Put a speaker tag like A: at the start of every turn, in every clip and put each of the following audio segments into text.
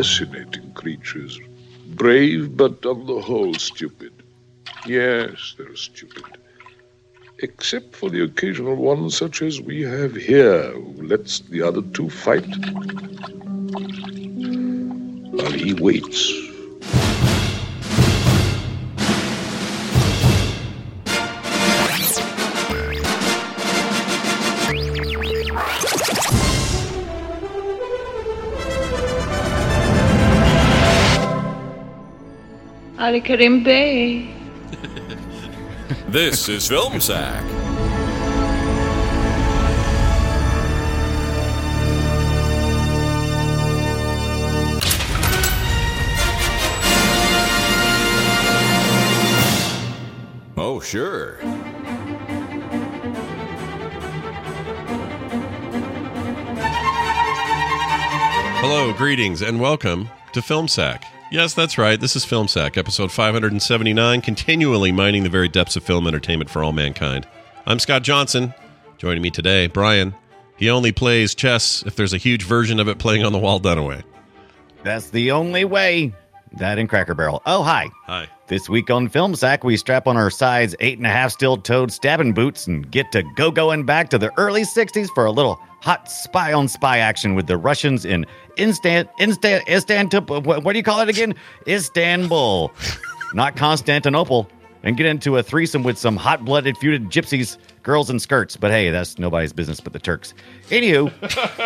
A: fascinating creatures. Brave, but on the whole, stupid. Yes, they're stupid. Except for the occasional one such as we have here, who lets the other two fight. While he waits.
B: Ali Karim Bey.
C: This is Film Sack. Oh, sure.
D: Hello, greetings, and welcome to Film Sack. Yes, that's right. This is Film Sack, episode 579, continually mining the very depths of film entertainment for all mankind. I'm Scott Johnson. Joining me today, Brian. He only plays chess if there's a huge version of it playing on the wall Dunaway.
E: That's the only way. That in Cracker Barrel. Oh, hi.
D: Hi.
E: This week on Film Sack, we strap on our sides eight and a half steel toed stabbing boots and get to go going back to the early 60s for a little hot spy on spy action with the Russians in Instan, Instan, Istanbul. What, what do you call it again? Istanbul, not Constantinople. And get into a threesome with some hot blooded feuded gypsies, girls in skirts. But hey, that's nobody's business but the Turks. Anywho,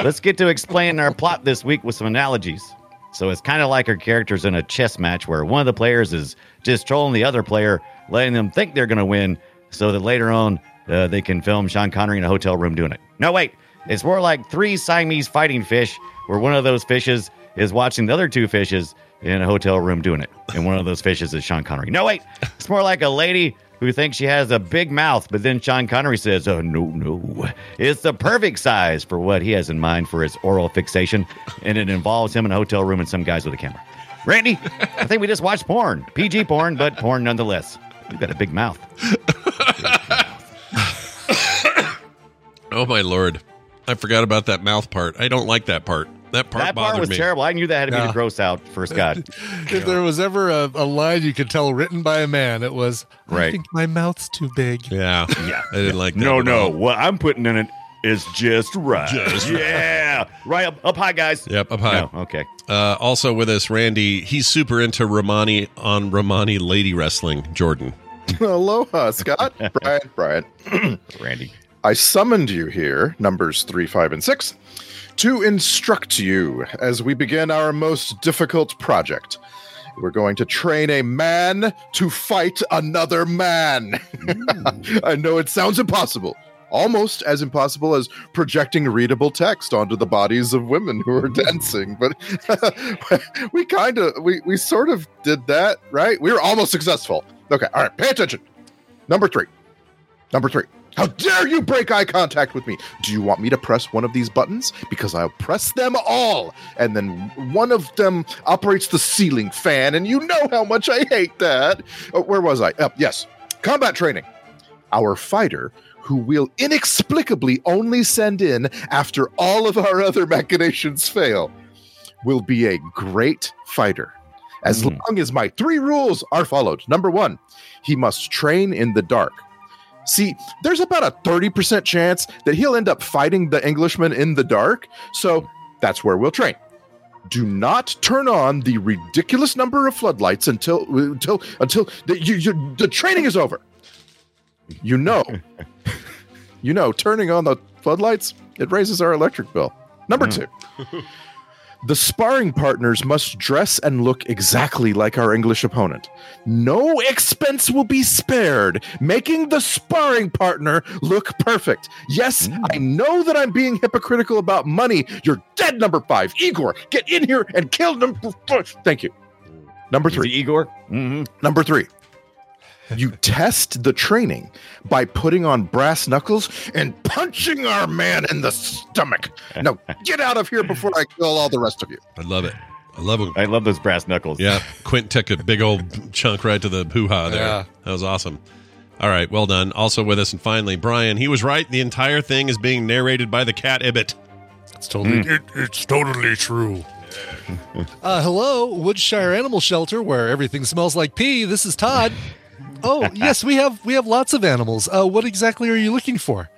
E: let's get to explaining our plot this week with some analogies. So it's kind of like our characters in a chess match where one of the players is just trolling the other player, letting them think they're going to win so that later on uh, they can film Sean Connery in a hotel room doing it. No, wait. It's more like three Siamese fighting fish where one of those fishes is watching the other two fishes in a hotel room doing it. And one of those fishes is Sean Connery. No, wait. It's more like a lady who thinks she has a big mouth, but then Sean Connery says, Oh, no, no. It's the perfect size for what he has in mind for his oral fixation, and it involves him in a hotel room and some guys with a camera. Randy, I think we just watched porn. PG porn, but porn nonetheless. You've got a big mouth.
D: Oh, my lord. I forgot about that mouth part. I don't like that part. That part
E: that
D: bothered
E: part was
D: me.
E: terrible. I knew that had to be
F: Yeah.
E: the gross out for Scott.
F: If there was ever a, a line you could tell written by a man, it was
E: Right.
F: I think my mouth's too big.
D: Yeah. Yeah. I didn't like that.
E: No,
D: at
E: no.
D: all.
E: What I'm putting in it is just right. yeah. Right up, up high, guys.
D: Yep, up high.
E: No, okay.
D: Uh, also with us, Randy. He's super into Romani on Romani lady wrestling. Jordan.
G: Aloha, Scott. Brian, Brian.
E: Randy.
G: I summoned you here, numbers three, five, and six, to instruct you as we begin our most difficult project. We're going to train a man to fight another man. I know it sounds impossible, almost as impossible as projecting readable text onto the bodies of women who are dancing, but we kind of, we, we sort of did that, right? We were almost successful. Okay, all right, pay attention. Number three. Number three. How dare you break eye contact with me? Do you want me to press one of these buttons? Because I'll press them all. And then one of them operates the ceiling fan, and you know how much I hate that. Uh, where was I? Uh, yes. Combat training. Our fighter, who will inexplicably only send in after all of our other machinations fail, will be a great fighter. As
E: Mm.
G: long as my three rules are followed. Number one, he must train in the dark. See, there's about a 30% chance that he'll end up fighting the Englishman in the dark, so that's where we'll train. Do not turn on the ridiculous number of floodlights until until until the, you, you, the training is over. You know, you know, turning on the floodlights it raises our electric bill. Number two, the sparring partners must dress and look exactly like our English opponent. No expense will be spared, making the sparring partner look perfect. Yes, I know that I'm being hypocritical about money. You're dead, number five. Igor, get in here and kill number five. Thank you. Number
E: Is it
G: three.
E: Igor? Mm-hmm.
G: Number three, you test the training by putting on brass knuckles and punching our man in the stomach. Now get out of here before I kill all the rest of you.
D: I love it. I love it.
E: I love those brass knuckles.
D: Yeah, Quint took a big old chunk right to the hoo ha there.
F: Yeah.
D: That was awesome. All right, well done. Also with us, and finally, Brian. He was right. The entire thing is being narrated by the cat Ibbot.
F: It's totally
H: It, it's totally true.
F: Uh, hello, Woodshire Animal Shelter, where everything smells like pee. This is Todd. Oh, yes, we have we have lots of animals. Uh, what exactly are you looking for?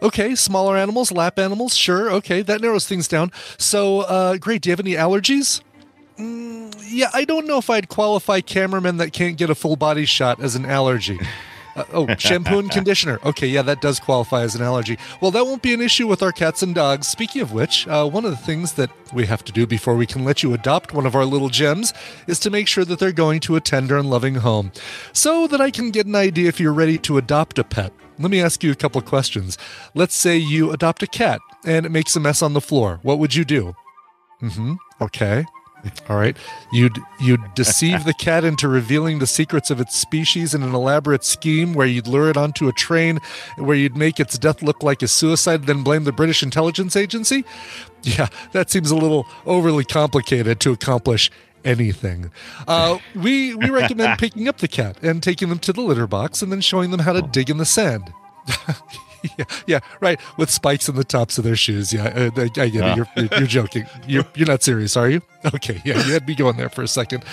F: Okay, smaller animals, lap animals. Sure. Okay, that narrows things down. So, uh, great. Do you have any allergies? Mm, yeah, I don't know if I'd qualify cameramen that can't get a full body shot as an allergy. Uh, oh, shampoo and conditioner. Okay, yeah, that does qualify as an allergy. Well, that won't be an issue with our cats and dogs. Speaking of which, uh, one of the things that we have to do before we can let you adopt one of our little gems is to make sure that they're going to a tender and loving home. So that I can get an idea if you're ready to adopt a pet, let me ask you a couple of questions. Let's say you adopt a cat and it makes a mess on the floor. What would you do? Mm hmm. Okay. All right. You'd you'd deceive the cat into revealing the secrets of its species in an elaborate scheme where you'd lure it onto a train where you'd make its death look like a suicide, then blame the British intelligence agency? Yeah, that seems a little overly complicated to accomplish anything. Uh, we we recommend picking up the cat and taking them to the litter box and then showing them how to dig in the sand. yeah, yeah, right. With spikes in the tops of their shoes. Yeah, uh, I, I get it. You're, you're, you're joking. You're, you're not serious, are you? Okay, yeah, you had me going there for a second.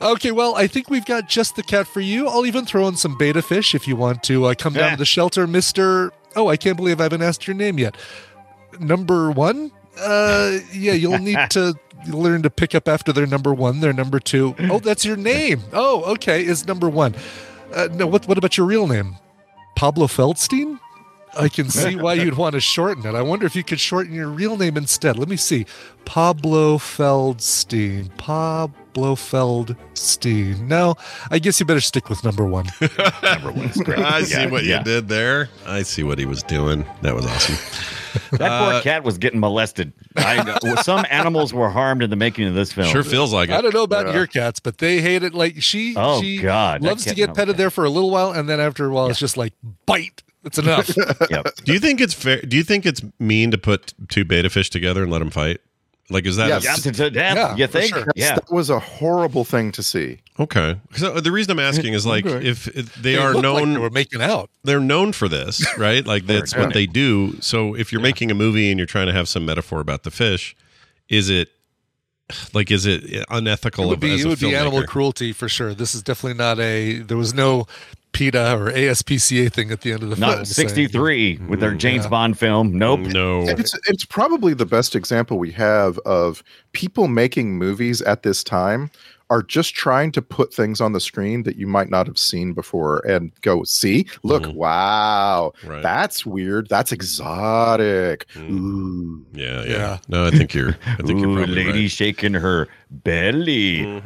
F: Okay, well, I think we've got just the cat for you. I'll even throw in some beta fish if you want to uh, come down to the shelter, Mister. Oh, I can't believe I haven't asked your name yet. Number one. Uh, yeah, you'll need to learn to pick up after their number one, their number two. Oh, that's your name. Oh, okay, is number one. Uh, no, what what about your real name? Pablo Feldstein? I can see why you'd want to shorten it. I wonder if you could shorten your real name instead. Let me see. Pablo Feldstein. Pablo Feldstein. No, I guess you better stick with number one.
E: Number one is great.
D: I see
E: Yeah,
D: what
E: yeah.
D: you did there. I see what he was doing. That was awesome.
E: That
D: Uh,
E: poor cat was getting molested. I, some animals were harmed in the making of this film.
D: Sure feels like
F: I
D: it.
F: don't know about your cats, but they hate it. Like she,
E: Oh,
F: she
E: God, that
F: loves to
E: cat-
F: get
E: no,
F: petted
E: yeah.
F: there for a little while, and then after a while, it's just like bite. It's enough.
E: Yep.
D: Do you think it's fair? Do you think it's mean to put two beta fish together and let them fight? Like, is that a-
G: Yes.
E: Yapped to death.
F: Yeah,
E: you
F: for
E: think?
F: sure.
E: Yeah.
G: That was a horrible thing to see.
D: okay? Because the reason I'm asking is like if if they are
F: look like
D: known,
F: they were making out.
D: they're known for this, right? Like that's what they do. So if you're making a movie and you're trying to have some metaphor about the fish, is it like is it unethical?
F: It would be,
D: of, as
F: it
D: a
F: would be animal
D: filmmaker?
F: cruelty for sure. This is definitely not a. There was no PETA or ASPCA thing at the end of the film.
E: Not
F: saying-
E: 63 with
D: Mm,
E: their James Bond film. Nope.
D: No,
G: It's it's probably the best example we have of people making movies at this time are just trying to put things on the screen that you might not have seen before and go see look wow
D: Right.
G: that's weird that's exotic ooh
D: yeah, yeah,
F: Yeah.
D: No, I think you're. I think you're
E: Ooh,
D: probably
E: lady
D: right. Mm-hmm.
E: shaking her belly.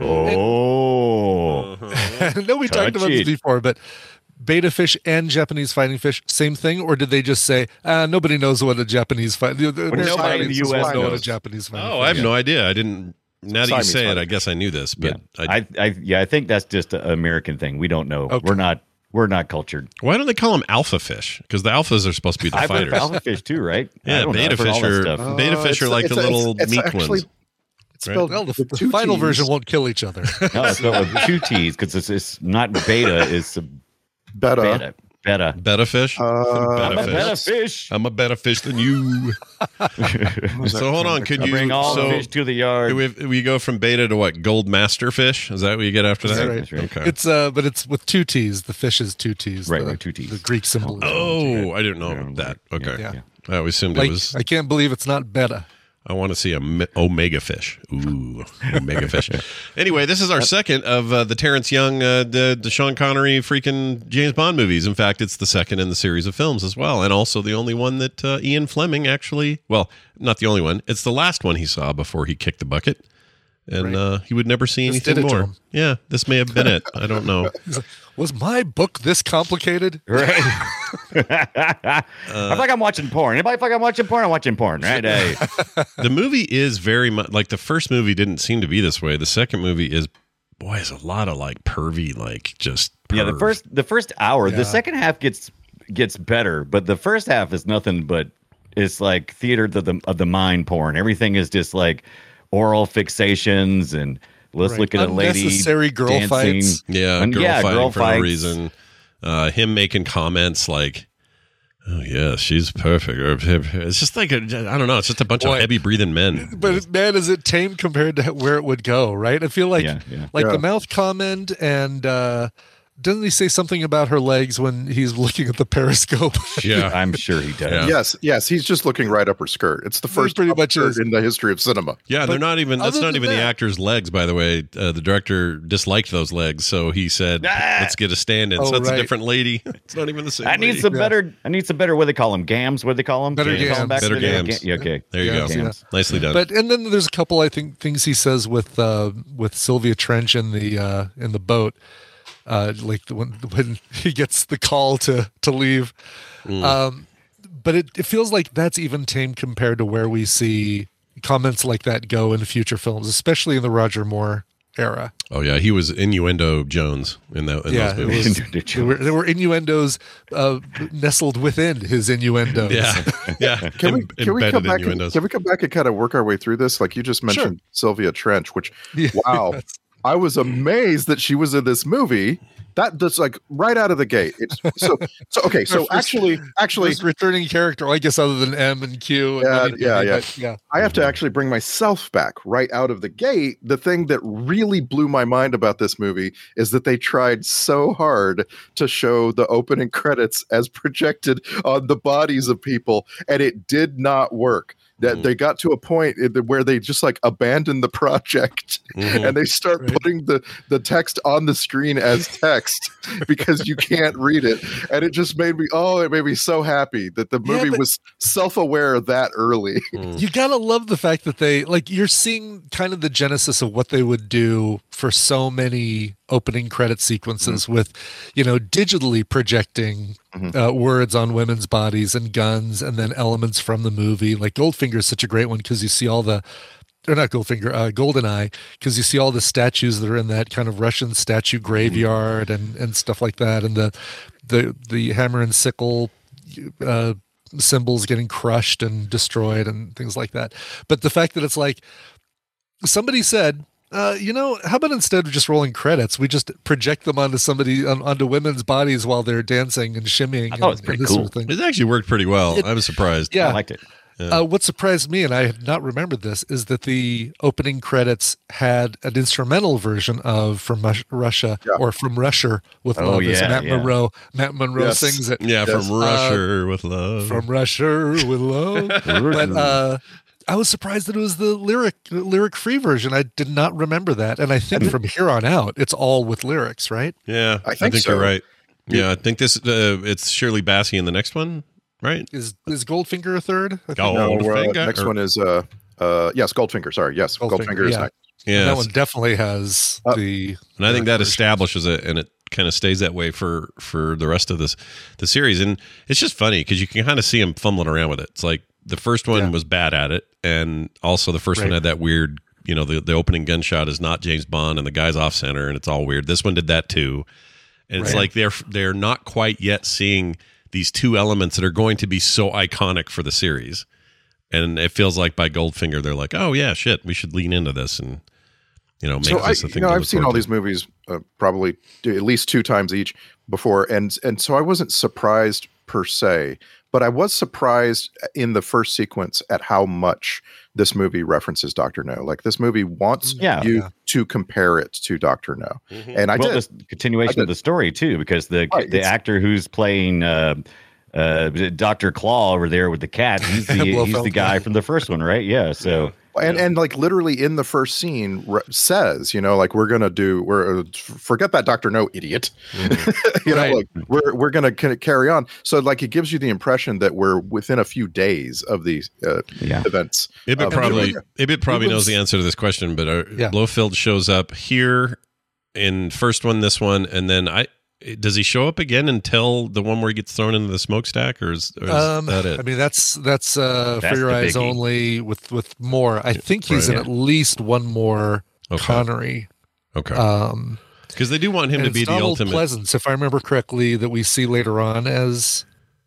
E: Oh.
F: I know we talked about this
E: Touchy.
F: before, but beta fish and Japanese fighting fish, same thing? Or did they just say, ah, nobody knows what a Japanese fight? The, the
E: Nobody in the
F: audience doesn't
E: US
F: know what a
G: knows.
F: Japanese fighting
D: Oh,
F: fish
D: I have
F: is.
D: no idea. I didn't. Now that you
G: Siamese
D: say it, I
G: fighting.
D: guess I knew this,
E: Yeah.
D: but I,
E: I, I, yeah, I think that's just an American thing. We don't know.
F: Okay.
E: We're not, we're not cultured.
D: why don't they call them alpha fish? Because the alphas are supposed to be the
E: I've heard of
D: fighters.
E: alpha fish too, right? I
D: Yeah,
E: don't know.
D: beta
E: I've heard all
D: fish
E: that
D: are
E: stuff.
D: beta
G: Uh,
D: fish are
G: it's-
D: like the
G: it's- it's-
D: little
G: it's
D: meat
G: actually-
D: ones.
G: it's spelled
F: Well, the,
G: with
F: the
G: two
F: final
G: Ts.
F: version won't kill each other.
E: No, it's spelled with two T's because it's, it's not beta. It's a
G: beta,
E: beta. Beta.
D: Betta fish.
G: Uh,
D: Betta
E: A
D: fish.
E: beta fish.
D: I'm a better fish than you. so hold on, could you
E: Bring all
D: so
E: the fish to the yard.
D: we, we go from beta to what gold master fish? Is that what you get after that?
F: right.
E: That's right.
D: Okay.
F: It's uh, but it's with two T's. The fish is two T's.
E: Right,
F: the,
E: right, two Ts.
F: The Greek symbol. is one T.
D: oh, I didn't know about that. Okay,
F: Yeah.
D: I always assumed
F: like
D: it was.
F: I can't believe it's not beta.
D: I want to see a me- omega fish. Ooh, omega fish. Anyway, this is our second of uh, the Terrence Young, uh, the Deshaun Connery, freaking James Bond movies. In fact, it's the second in the series of films as well, and also the only one that uh, Ian Fleming actually. Well, not the only one. It's the last one he saw before he kicked the bucket, and uh, he would never see
F: This did
D: anything
F: it to
D: more.
F: him.
D: Yeah, this may have been it. I don't know.
F: Was my book this complicated?
E: Right. I feel like I'm watching porn. Anybody feel like I'm watching porn? I'm watching porn, right? Hey.
D: the movie is very much like the first movie didn't seem to be this way. The second movie is, boy, is a lot of like pervy, like just
E: yeah, the
D: perv.
E: first the first hour,
F: Yeah.
E: the second half gets gets better, but the first half is nothing but it's like theater of the of the mind porn. Everything is just like oral fixations and let's
F: Right.
E: look at a lady
F: Unnecessary girl
E: dancing.
F: fights.
D: Yeah,
E: And
D: girl
E: yeah,
D: fighting
E: girl
D: for
E: fights.
D: no reason. Uh, him making comments like, Oh yeah, she's perfect. Or- It's just like a, I don't know. It's just a bunch
F: Boy.
D: of heavy breathing men.
F: But man, is it tame compared to where it would go, right? I feel like
E: Yeah, yeah.
F: like
G: Yeah.
F: the mouth comment and uh doesn't he say something about her legs when he's looking at the periscope?
D: yeah,
E: I'm sure he does.
D: Yeah.
G: Yes, yes, he's just looking right up her skirt. It's the first
F: pretty
G: up
F: much
G: skirt
F: is.
G: in the history of cinema.
D: yeah. They're
F: But
D: not even. That's not
F: other than
D: even the
F: that-
D: actor's legs, by the way. Uh, the director disliked those legs, so he said,
E: Ah!
D: "Let's get a stand-in."
F: Oh,
D: so it's
F: right.
D: a different lady. It's not even the same.
E: I need
D: lady.
E: some
F: Yeah.
E: better. I need some better. What do they call them? Gams? What do they call them?
F: Better
E: Did they call 'em back
F: gams.
E: in
D: Better
E: the day?
D: gams.
E: Yeah, okay.
D: There you
F: Yeah,
D: go.
F: yeah.
D: Nicely done.
F: But and then there's a couple I think things he says with uh with Sylvia Trench in the uh in the boat. Uh like the, when when he gets the call to to leave. Um but it, it feels like that's even tame compared to where we see comments like that go in future films, especially in the Roger Moore era.
D: oh yeah, he was innuendo Jones in, that, in
F: Yeah,
D: those
F: it
D: movies.
F: was- There were, there were innuendos uh, nestled within his innuendos.
D: yeah, yeah.
G: Can we
D: Em-
G: can we
D: embedded
G: come back? And,
D: innuendos.
G: can we come back and kind of work our way through this? Like you just mentioned, Sylvia Trench, which
F: Yeah.
G: wow, I was amazed that she was in this movie. That that's like right out of the gate. It's so so okay. So
F: first-
G: actually, actually,
F: First returning character, I guess, other than M and Q. and
G: Yeah,
F: Lovey Dovey,
G: yeah, yeah.
F: but yeah.
G: I have to actually bring myself back right out of the gate. The thing that really blew my mind about this movie is that they tried so hard to show the opening credits as projected on the bodies of people, and it did not work. That
D: Mm.
G: they got to a point in the- where they just like abandoned the project
D: Mhm.
G: and they start putting the the text on the screen as text because you can't read it and it just made me oh it made me so happy that the
F: Yeah,
G: movie
F: but-
G: was self-aware that early
F: You gotta love the fact that they like you're seeing kind of the genesis of what they would do for so many opening credit sequences
G: Mm-hmm.
F: with, you know, digitally projecting uh, words on women's bodies and guns, and then elements from the movie. Like Goldfinger is such a great one because you see all the, or not Goldfinger, uh, Goldeneye, because you see all the statues that are in that kind of Russian statue
E: Mm-hmm.
F: graveyard and and stuff like that, and the the the hammer and sickle uh, symbols getting crushed and destroyed and things like that. But the fact that it's like somebody said, uh, you know, how about instead of just rolling credits, we just project them onto somebody on, onto women's bodies while they're dancing and shimmying
E: I
F: and,
E: thought it was
F: and
E: pretty
F: this
E: cool.
F: sort of thing.
D: It actually worked pretty well.
F: It-
D: I was surprised.
E: I
F: Yeah.
E: liked it.
F: Uh, what surprised me, and I had not remembered this, is that the opening credits had an instrumental version of "From Rush- Russia" or "From Russia" with
E: Oh,
F: love. as
E: yeah,
F: Matt
E: yeah.
F: Monroe. Matt Monroe
G: Yes.
F: sings it.
D: Yeah,
G: Yes. uh,
D: from Russia with love.
F: from Russia with love. but uh, I was surprised that it was the lyric lyric free version. I did not remember that, and I think from here on out, it's all with lyrics, right?
D: yeah,
G: I think so.
D: you're right. Yeah, I think this. Uh, it's Shirley Bassey in the next one, right?
F: Is is Goldfinger a third? I think
G: No,
D: Oh, Goldfinger.
G: we're, uh, next
D: or-
G: one is uh uh yes, Goldfinger. Sorry, yes,
F: Goldfinger,
G: Goldfinger, is
F: yeah.
G: next.
D: Yeah,
F: that one definitely has
G: Uh,
F: the.
D: and I think that
F: lyric version.
D: establishes it, and it kind of stays that way for for the rest of this the series. And it's just funny because you can kind of see him fumbling around with it. It's like the first one
F: Yeah.
D: was bad at it, and also the first
F: Right.
D: one had that weird. You know, the the opening gunshot is not James Bond, and the guy's off center, and it's all weird. This one did that too. And it's
F: Right.
D: like they're they're not quite yet seeing these two elements that are going to be so iconic for the series. And it feels like by Goldfinger, they're like, oh yeah, shit, we should lean into this and you know make
G: So I,
D: this a
G: you
D: thing.
G: know,
D: to
G: I've
D: look
G: seen
D: forward
G: all
D: to.
G: these movies uh, probably t- at least two times each before, and and so I wasn't surprised per se, but I was surprised in the first sequence at how much this movie references Doctor No. Like this movie wants
E: Yeah.
G: you
F: Yeah.
G: to compare it to Doctor No, and I
E: well,
G: did.
E: this continuation
G: I
E: of the story too, because the
G: Right,
E: the
G: it's-
E: actor who's playing uh, uh, Doctor Claw over there with the cat, he's the he's the
F: Blofeld,
E: guy
F: yeah.
E: from the first one, right? Yeah. So
G: and and like literally in the first scene re- says you know like we're gonna do we're uh, forget that doctor no idiot you
F: Right.
G: know like we're we're gonna ca- carry on so like it gives you the impression that we're within a few days of these uh,
E: Yeah.
G: events
D: Ibit
G: of-
D: probably Ibit probably
F: Uh, Ibit's-
D: knows the answer to this question, but uh
F: Yeah.
D: Blofeld shows up here in first one, this one, and then I does he show up again until the one where he gets thrown into the smokestack, or is, or is
F: Um,
D: that it?
F: I mean, that's that's uh,
E: That's
F: for your
E: the
F: eyes
E: biggie.
F: only with with more. I think he's
D: Right.
F: in at least one more
D: Okay.
F: Connery.
D: okay,
F: Um,
D: because they do want him
F: and
D: to
F: it's
D: be the
F: Donald
D: ultimate.
F: Pleasance, if I remember correctly, that we see later on as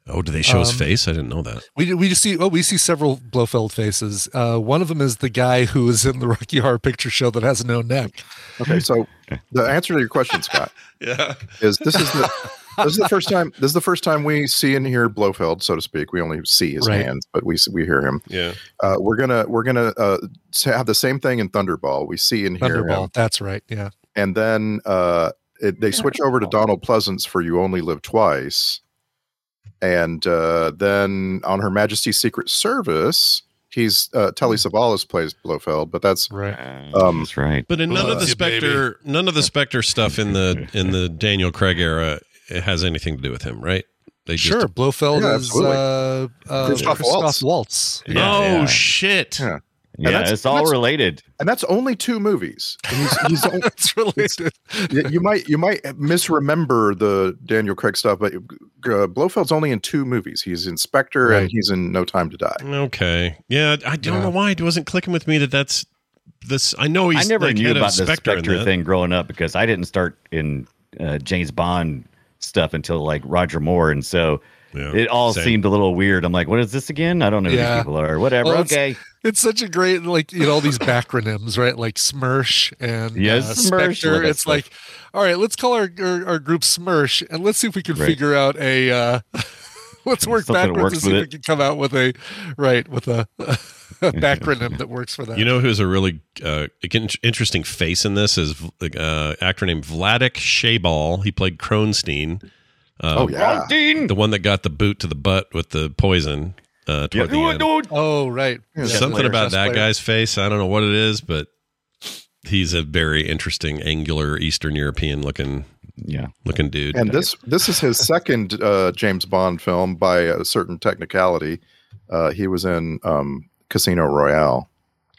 D: Oh, do they show his
F: Um,
D: face? I didn't know that.
F: We we just see oh we see several Blofeld faces. Uh, one of them is the guy who is in the Rocky Horror Picture Show that has no neck.
G: Okay, so the answer to your question, Scott,
D: Yeah.
G: is this is the this is the first time this is the first time we see and hear Blofeld, so to speak. We only see his
F: Right.
G: hands, but we s- we hear him.
D: Yeah.
G: Uh, we're gonna we're gonna uh, s- have the same thing in Thunderball. We see and hear him,
F: Thunderball. That's right. Yeah.
G: and then uh, it, they switch over to Donald Pleasance for "You Only Live Twice," and uh, then on Her Majesty's Secret Service, he's uh, Telly Savalas plays Blofeld, but that's
F: Mm. Right.
G: Um,
E: Uh, That's right.
D: But in none of the
H: Bless you, baby.
D: Spectre, none of the Spectre stuff in the in the Daniel Craig era it has anything to do with him, right? They just-
F: Sure. Blofeld
G: Yeah,
F: is
G: absolutely.
F: uh, uh,
G: Christoph
F: Christoph,
G: Waltz.
F: Waltz.
D: oh
E: yeah.
D: shit!
G: Yeah.
E: Yeah,
G: that's-
E: it's all
G: that's-
E: related.
G: and that's only two movies. And he's, he's on-
F: That's related.
G: Y- you might you might misremember the Daniel Craig stuff, but uh, Blofeld's only in two movies. He's Inspector and
F: Right.
G: he's in No Time to Die.
D: Okay, yeah, I don't
F: Yeah.
D: know why it wasn't clicking with me that that's this. I know he's
E: I never
D: like,
E: knew
D: head of
E: about the
D: Spectre in
E: Spectre
D: that.
E: thing growing up because I didn't start in uh, James Bond stuff until like Roger Moore, and so
D: Yeah,
E: it all
D: Oh, same.
E: seemed a little weird. I'm like, what is this again? I don't know who
F: Yeah.
E: these people are. Whatever.
F: Well, it's-
E: okay.
F: It's such a great like you know all these backronyms right like Smirsh and
E: Yes,
F: uh,
E: Smirsh, all
F: Spectre.
E: that
F: It's
E: stuff.
F: like all right, let's call our our, our group Smirsh and let's see if we can
E: Right.
F: figure out a. Uh, let's work
E: Something that
F: backwards
E: works
F: and see
E: with
F: if
E: it.
F: we can come out with a right with a, a backronym that works for that.
D: You know who's a really uh, again, interesting face in this is uh, actor named Vladik Shabal. He played Kronstein, uh,
G: oh yeah,
E: Dean.
D: the one that got the boot to the butt with the poison. Uh, toward the end.
F: Oh right,
G: Yeah,
F: Yeah,
D: Something
F: player,
D: about
F: chess
D: that
F: player.
D: guy's face. I don't know what it is, but he's a very interesting, angular, Eastern European looking
E: Yeah.
D: looking dude.
G: and this this is his second uh, James Bond film by a certain technicality. Uh, he was in um, Casino Royale.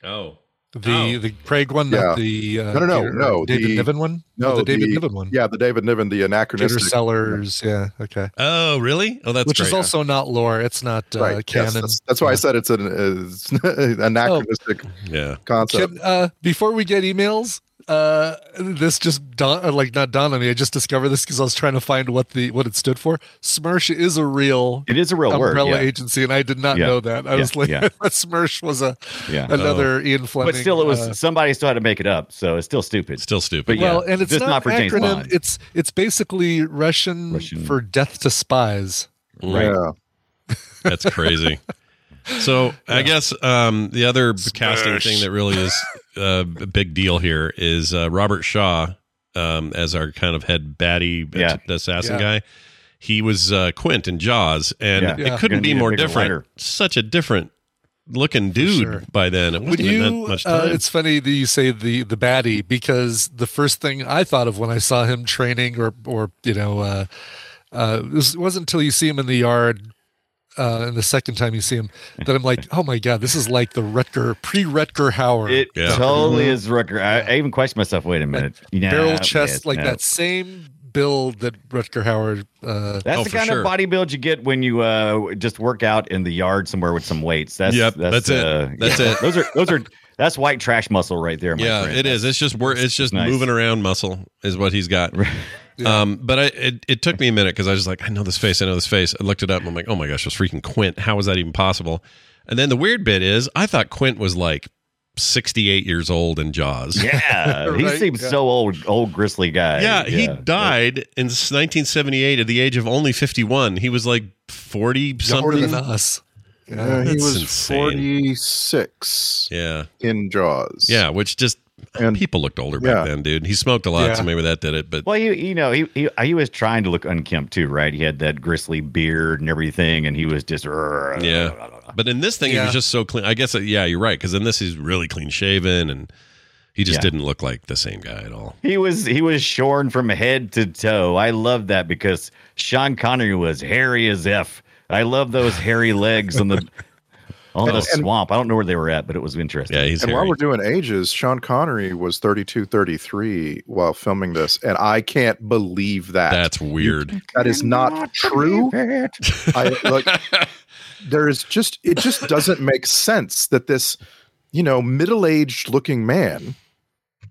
D: oh,
F: The
D: Oh.
F: the Craig one,
G: Yeah.
F: not the uh,
G: No, no, no,
F: Peter-
G: no,
F: David
G: the-
F: Niven one,
G: no,
F: Oh, the David
G: Oh, the-
F: Niven one,
G: Yeah, the David Niven, the
F: Peter
G: anachronistic.
F: Sellers, yeah, okay,
D: oh, really? Oh, that's
F: which
D: great.
F: is also not lore. It's not uh,
G: Right, yes,
F: canon. Oh,
G: that's, that's why I
F: Yeah.
G: said it's an it's anachronistic
D: yeah.
G: concept.
F: Can, uh, before we get emails, uh, this just dawn, uh, like not dawned on me. I just discovered this because I was trying to find what the what it stood for. Smersh is a real
E: It is a real word.
F: umbrella
E: Yeah.
F: agency, and I did not
E: Yeah.
F: know that. I
E: Yeah.
F: was like,
E: Yeah.
F: Smersh was a
E: yeah.
F: another Ian Fleming.
E: but still, it was
F: uh,
E: somebody still had to make it up, so it's still stupid.
D: Still stupid.
E: But yeah.
F: well, and it's
E: just
F: not,
E: not for James
F: acronym.
E: Bond.
F: It's it's basically Russian,
E: Russian.
F: for death to spies.
D: Mm,
E: right.
G: Yeah.
D: That's crazy. So I guess um, the other b- casting
H: Smash.
D: thing that really is uh, a big deal here is uh, Robert Shaw um, as our kind of head baddie
E: Yeah.
D: att- assassin
F: Yeah.
D: guy. He was uh, Quint in Jaws, and
E: Yeah.
F: Yeah.
D: it couldn't
E: Gonna
D: be
E: need a
D: more
E: bigger
D: different.
E: lighter.
D: Such a different looking dude
F: sure.
D: by then. It
F: Would
D: wouldn't have
F: you?
D: meant much
F: Uh,
D: time.
F: it's funny that you say the the baddie because the first thing I thought of when I saw him training, or or you know, uh, uh, this wasn't until you see him in the yard, uh, and the second time you see him, that I'm like, oh my god, this is like the Rutger pre Rutger Hauer
E: It
D: Yeah.
E: totally is Rucker. I, I even questioned myself. Wait a minute. Nah,
F: barrel chest,
E: yeah,
F: Mm-hmm. like
E: no.
F: that same build that Rutger Hauer. Uh,
E: That's
D: Oh,
E: the
D: for
E: kind
D: sure.
E: of body build you get when you uh, just work out in the yard somewhere with some weights. That's
D: Yep, that's it.
E: uh,
D: That's
E: yeah.
D: it.
E: Those are those are that's white trash muscle right there. My
D: yeah,
E: friend.
D: it is. It's just wor- it's just
E: nice.
D: moving around muscle is what he's got.
F: Yeah.
D: Um, but I, it, it took me a minute because I was just like, I know this face, I know this face. I looked it up. And I'm like, oh my gosh, it was freaking Quint. How was that even possible? And then the weird bit is, I thought Quint was like 68 years old in Jaws.
E: Yeah, he
F: Right,
E: seems
F: yeah.
E: so old, old grizzly guy.
D: Yeah, he died in 1978 at the age of only 51. He was like 40
F: younger
D: something.
F: than us.
G: Yeah, he
D: That's
G: was
D: insane.
G: 46
D: Yeah,
G: in Jaws.
D: yeah, which just
G: And-
D: people looked older back
G: Yeah.
D: then, dude. He smoked a lot,
F: Yeah.
D: so maybe that did it. But
E: Well, he, you know, he, he he was trying to look unkempt too, right? He had that grizzly beard and everything, and he was just
D: Yeah. But in this thing, he was
F: Yeah.
D: just so clean. I guess, uh, yeah, you're right. Because in this, he's really clean shaven, and he just
E: Yeah.
D: didn't look like the same guy at all.
E: He was he was shorn from head to toe. I love that because Sean Connery was hairy as f. I love those hairy legs on the on the
D: And-
E: swamp. I don't know where they were at, but it was interesting.
D: Yeah, he's
G: And
D: hairy.
G: while we're doing ages, Sean Connery was 32, 33 while filming this. And I can't believe that.
D: That's weird.
G: that is not true. I, like, there is just, it just doesn't make sense that this, you know, middle aged looking man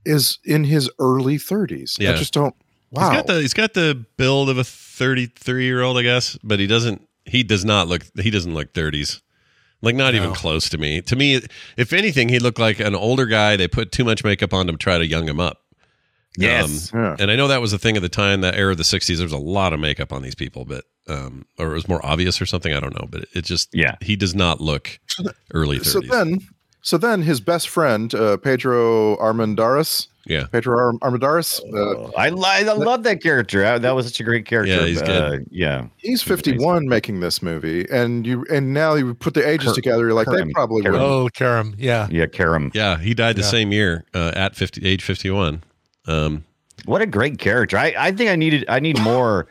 G: is in his early 30s.
D: Yeah.
G: I just don't,
D: He's
G: wow.
D: got the he's got the build of a 33 year old, I guess, but he doesn't He does not look. He doesn't look thirties. Like not even
F: No.
D: close to me. To me, if anything, he looked like an older guy. They put too much makeup on him to try to young him up.
E: Yes.
D: Um,
G: Yeah.
D: And I know that was a thing at the time, that era of the 60s. There was a lot of makeup on these people, but, um, or it was more obvious or something. I don't know, but it, it just,
E: Yeah.
D: he does not look early 30s.
G: So then, so then his best friend uh, Pedro Armendariz,
D: yeah.
G: Pedro Ar- Armendariz, uh,
E: I, li- I love that character. I, that was such a great character.
D: Yeah, he's
E: Uh,
D: good.
E: yeah.
G: he's 51 making this movie, and you and now you put the ages
E: Kurt-
G: together, you're like
E: Kermit.
G: they probably
E: Kermit.
G: would.
F: Oh, Karam. Yeah.
E: Yeah, Karam.
D: Yeah. He died the
F: Yeah.
D: same year uh, at 50, age 51. Um,
E: What a great character. I, I think I needed I need more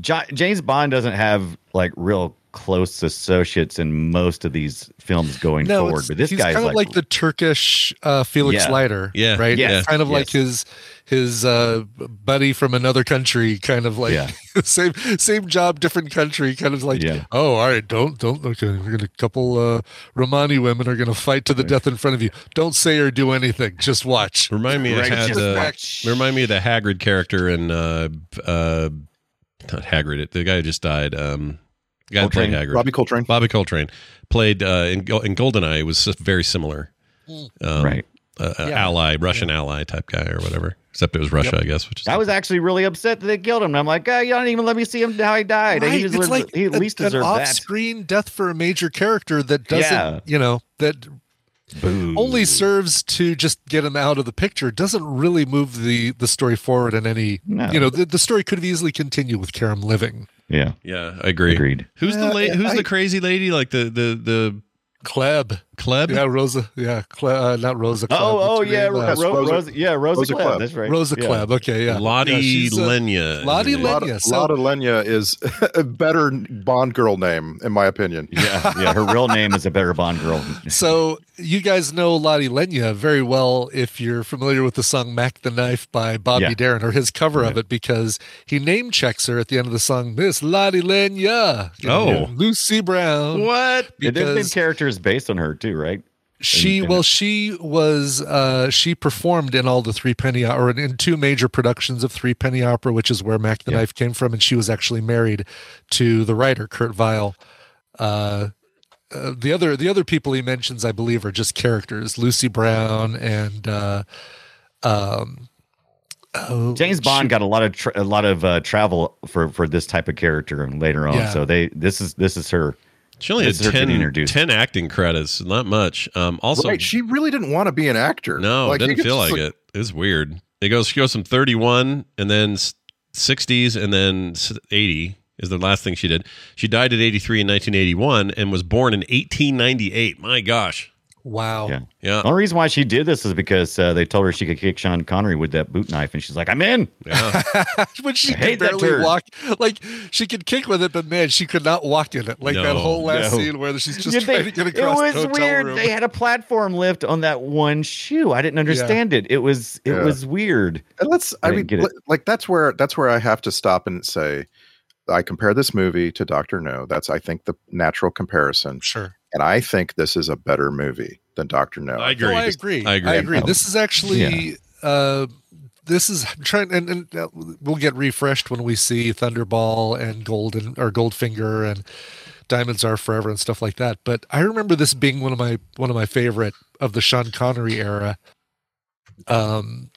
E: jo- James Bond doesn't have like real close associates in most of these films going
F: No,
E: forward,
F: it's-
E: but this
F: he's
E: guy's
F: kind of
E: like,
F: like, the Turkish uh, Felix
E: Yeah.
F: Leiter.
D: Yeah.
F: Right.
E: Yes.
F: It's kind of like
E: Yes.
F: his his uh, buddy from another country, kind of like
E: Yeah.
F: same same job, different country, kind of like
E: Yeah.
F: oh, all right, don't don't okay, we're gonna couple uh, Romani women are gonna fight to the death in front of you. Don't say or do anything, just watch.
D: remind me, I
E: Right,
D: had,
E: just
D: uh,
E: watch.
D: remind me of the Hagrid character and, uh, uh, not Hagrid, it- the guy who just died. Um, the guy who played
E: Coltrane.
D: Hagrid.
G: Robbie Coltrane.
D: Bobby Coltrane played uh, in, Go- in Goldeneye was s- very similar. Um,
E: right.
D: uh, uh,
F: Yeah.
D: ally, Russian ally type guy or whatever. Except it was Russia, I guess. Which is
E: I was actually really upset that they killed him. I'm like, oh, you don't even let me see him how he died.
F: Right,
E: He, deserves, he at
F: an-
E: least
F: an
E: deserved that.
F: off-screen death for a major character that doesn't,
E: Yeah.
F: you know, that only serves to just get him out of the picture. It Doesn't really move the the story forward in any,
E: No.
F: you know, the, the story could have easily continued with Karam living.
E: Yeah,
D: yeah, I agree.
E: agreed.
D: Who's the
G: Yeah,
D: la- Who's
G: I-
D: the crazy lady? Like the the the
F: Kleb,
D: Kleb?
F: yeah, Rosa, yeah, Cle- uh, not Rosa. Kleb.
E: Oh, oh
F: What's her
E: yeah,
F: name?
E: Ro-
F: Uh,
G: Rosa-
E: Ro- Rosa, yeah, Rosa,
G: Rosa
E: Klebb,
G: Klebb.
E: That's right,
F: Rosa
E: yeah.
F: Kleb. Okay, yeah,
D: Lottie
F: Yeah, she's, uh,
D: Lenya.
F: Lottie
D: Yeah.
F: Lenya.
G: Lotta,
F: Lenya, so-
G: Lotta Lenya is a better Bond girl name, in my opinion.
E: Yeah, yeah. Her real name is a better Bond girl.
F: So you guys know Lottie Lenya very well if you're familiar with the song "Mac the Knife" by Bobby
E: Yeah.
F: Darin or his cover of it, because he name checks her at the end of the song. Miss Lottie Lenya, you know,
D: Oh.
F: Lucy Brown.
D: What?
E: Yeah, There's been
F: Because
E: characters based on her too, right?
F: she,
E: and-
F: well, she was, uh, she performed in all the Three Penny Opera, or in, in two major productions of Three Penny Opera, which is where Mac the Knife came from, and she was actually married to the writer Kurt Vile. Uh, uh, the other the other people he mentions, I believe, are just characters: Lucy Brown and uh, um, oh,
E: James Bond got a lot of tra- a lot of uh, travel for for this type of character and later on.
F: Yeah.
E: So they this is this is her.
D: She only had
E: This is her getting
D: 10,
E: introduced.
D: 10 acting credits. Not much. Um, also,
G: right. She really didn't want to be an actor.
D: no, it
G: you
D: didn't
G: could
D: feel
G: just,
D: like it. It was weird. It goes. She goes from thirty one and then sixties and then s- eighty is the last thing she did. She died at eighty three in nineteen eighty one and was born in eighteen ninety eight. My gosh.
F: wow,
E: Yeah.
D: Yeah.
E: The only reason why she did this is because uh, they told her she could kick Sean Connery with that boot knife, and she's like, "I'm in."
D: Yeah.
F: when she
E: I hate
F: could
E: that turd.
F: barely walk, like she could kick with it, but man, she could not walk in it. Like that
D: No,
F: whole last
E: no.
F: scene where she's just
E: You
F: trying
E: think-
F: to get
E: it
F: across. the
E: was
F: hotel
E: weird.
F: Room.
E: They had a platform lift on that one shoe. I didn't understand it. It was it
G: Yeah.
E: was weird.
G: And let's. I,
E: I
G: mean,
E: didn't get it.
G: li- like that's where that's where I have to stop and say, I compare this movie to Doctor No. That's I think the natural comparison,
F: sure.
G: and I think this is a better movie than Doctor No.
D: I
F: No,
D: agree.
F: I agree.
D: I agree.
F: This is actually uh, this is I'm trying and, and uh, we'll get refreshed when we see Thunderball and Golden or Goldfinger and Diamonds Are Forever and stuff like that. But I remember this being one of my one of my favorite of the Sean Connery era. Um,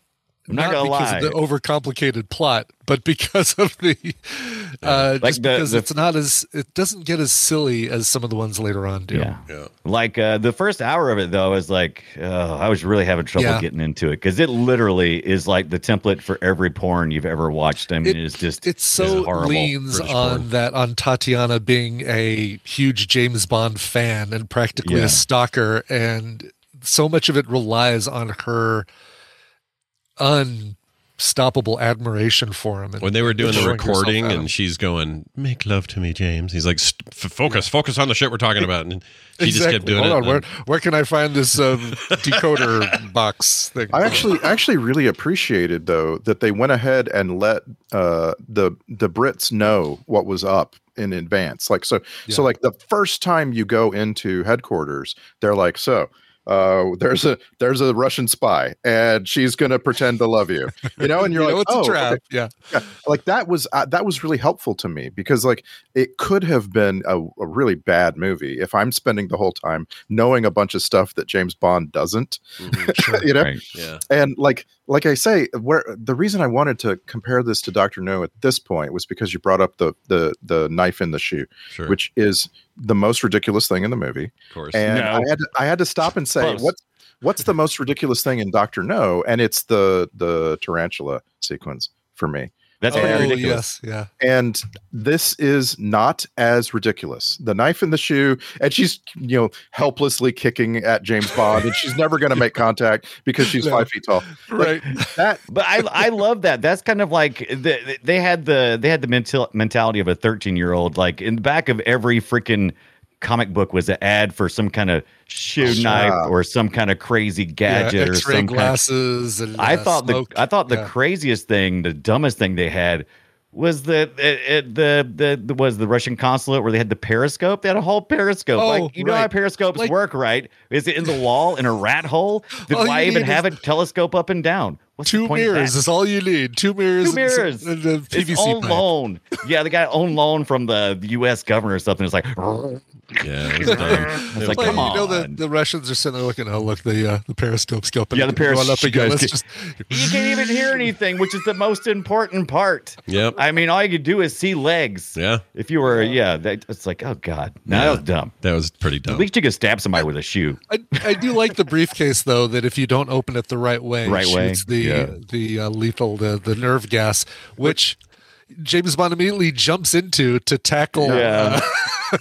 E: I'm not, gonna
F: because
E: lie.
F: of the overcomplicated plot, but because of the uh,
E: Like
F: just
E: the-
F: because
E: the-
F: it's not as it doesn't get as silly as some of the ones later on do.
E: yeah.
D: Yeah.
E: Like uh, the first hour of it, though, I was like, oh, I was really having trouble
F: Yeah.
E: getting into it because it literally is like the template for every porn you've ever watched. I mean,
F: It-
E: it is just
F: It so
E: horrible
F: leans
E: British
F: on
E: porn.
F: that on Tatiana being a huge James Bond fan and practically
E: Yeah.
F: a stalker, and so much of it relies on her unstoppable admiration for him. And
D: when they were doing the
F: showing herself
D: recording
F: at
D: and
F: him.
D: she's going make love to me james he's like "St- f- focus focus on the shit we're talking about and she just kept doing
F: Hold
D: it
F: on, where, where can I find this um, decoder box thing?
G: I actually I actually really appreciated though that they went ahead and let uh, the the Brits know what was up in advance. Like so so
F: Yeah.
G: like the first time you go into headquarters, they're like, so uh, there's a there's a Russian spy, and she's gonna pretend to love you, you know, and you're
F: You
G: like,
F: know, it's
G: oh,
F: a trap.
G: okay."
F: Yeah.
G: Yeah, like that was uh, that was really helpful to me because like it could have been a, a really bad movie if I'm spending the whole time knowing a bunch of stuff that James Bond doesn't, you know,
E: Right.
C: Yeah.
G: and like like i say where the reason i wanted to compare this to dr no at this point was because you brought up the the the knife in the shoe
D: Sure.
G: which is the most ridiculous thing in the movie
D: of course.
G: and
H: No.
G: I, had to, I had to stop and say
E: Close.
G: what's what's the most ridiculous thing in dr no and it's the the tarantula sequence for me
E: That's
F: oh,
E: pretty ridiculous.
F: yes. Yeah.
G: and this is not as ridiculous the knife in the shoe and she's you know helplessly kicking at james bond and she's never going to make contact because she's
F: No.
G: five feet tall
F: Right.
G: that
E: But I I love that. That's kind of like the, they had the they had the mental, mentality of a 13 year old. Like in the back of every freaking comic book was an ad for some kind of shoe
G: Sure.
E: knife or some kind of crazy gadget
F: yeah,
E: or
F: X-ray
E: some kind
F: glasses. and,
E: I
F: uh,
E: thought
F: smoke.
E: the I thought the
F: Yeah.
E: craziest thing, the dumbest thing they had was the uh, uh, the, the the was the Russian consulate where they had the periscope. They had a whole periscope.
F: Oh,
E: like you know how
F: right.
E: periscopes
F: Like- Oh,
E: work, right? Is it in the wall in a rat hole? Then
F: All you
E: why even
F: need
E: have a
F: is
E: telescope up and down? What's the
F: two
E: point of that?
F: mirrors is all you need. Two mirrors.
E: Two mirrors.
F: And, some- and a PVC
E: it's on
F: pipe.
E: loan. Yeah, they got it on loan from the U.S. governor or something. It's like,
D: yeah, it was dumb. It was
E: like,
F: Well,
E: come
D: dumb.
E: on.
F: you know the, the Russians are sitting there looking. Oh, look, the uh, the periscope's going.
E: Yeah, the
F: going
E: peris-
F: up
E: you
F: again.
E: guys
F: Let's
E: get-
F: just
E: you can't even hear anything, which is the most important part.
D: Yep.
E: I mean, all you could do is see legs.
D: Yeah,
E: If you were, yeah, that, it's like, oh god, no, that was dumb.
D: that was pretty
E: At
D: dumb.
E: least you could stab somebody with a shoe.
F: I, I do like the briefcase though that if you don't open it the right way,
E: Right way,
F: shoots the
E: yeah.
F: the uh, lethal the the nerve gas, which James Bond immediately jumps into to tackle
E: Yeah.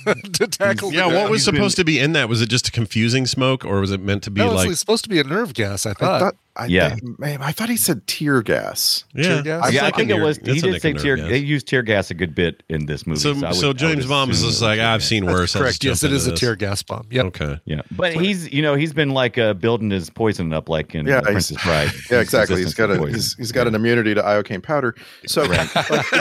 F: uh, to tackle.
D: Yeah,
F: the-
D: what was
E: He's been-
D: supposed to be in that? Was it just a confusing smoke, or was it meant to be
F: no, it's
D: like?
F: it's supposed to be a nerve gas. I
G: I
F: thought.
G: thought, I
E: Yeah.
G: think, man, I thought he said tear gas.
D: yeah,
F: tear gas?
D: that's
E: yeah, I
D: like a
E: think it
D: near-
E: was. He
D: that's a
E: did say
D: nick and
E: tear.
D: nerve
E: They
D: gas.
E: used tear gas a good bit in this movie.
D: So,
E: I would- I
D: so
E: would
D: James Bond was
E: assume it
D: just like,
E: tear
D: I've
E: gas."
D: seen worse. I'll
F: Correct.
D: just
F: Yes, it
D: jump
F: is
D: into
F: a
D: this."
F: tear gas bomb. Yep.
D: Okay.
E: Yeah, but he's you know he's been like uh, building his poison up like in
G: Yeah,
E: uh,
G: he's-
E: Princess Bride.
G: Yeah, exactly. He's
E: resistance
G: got
E: to
G: a
E: poison.
G: he's, he's got an immunity to iocane powder. So like,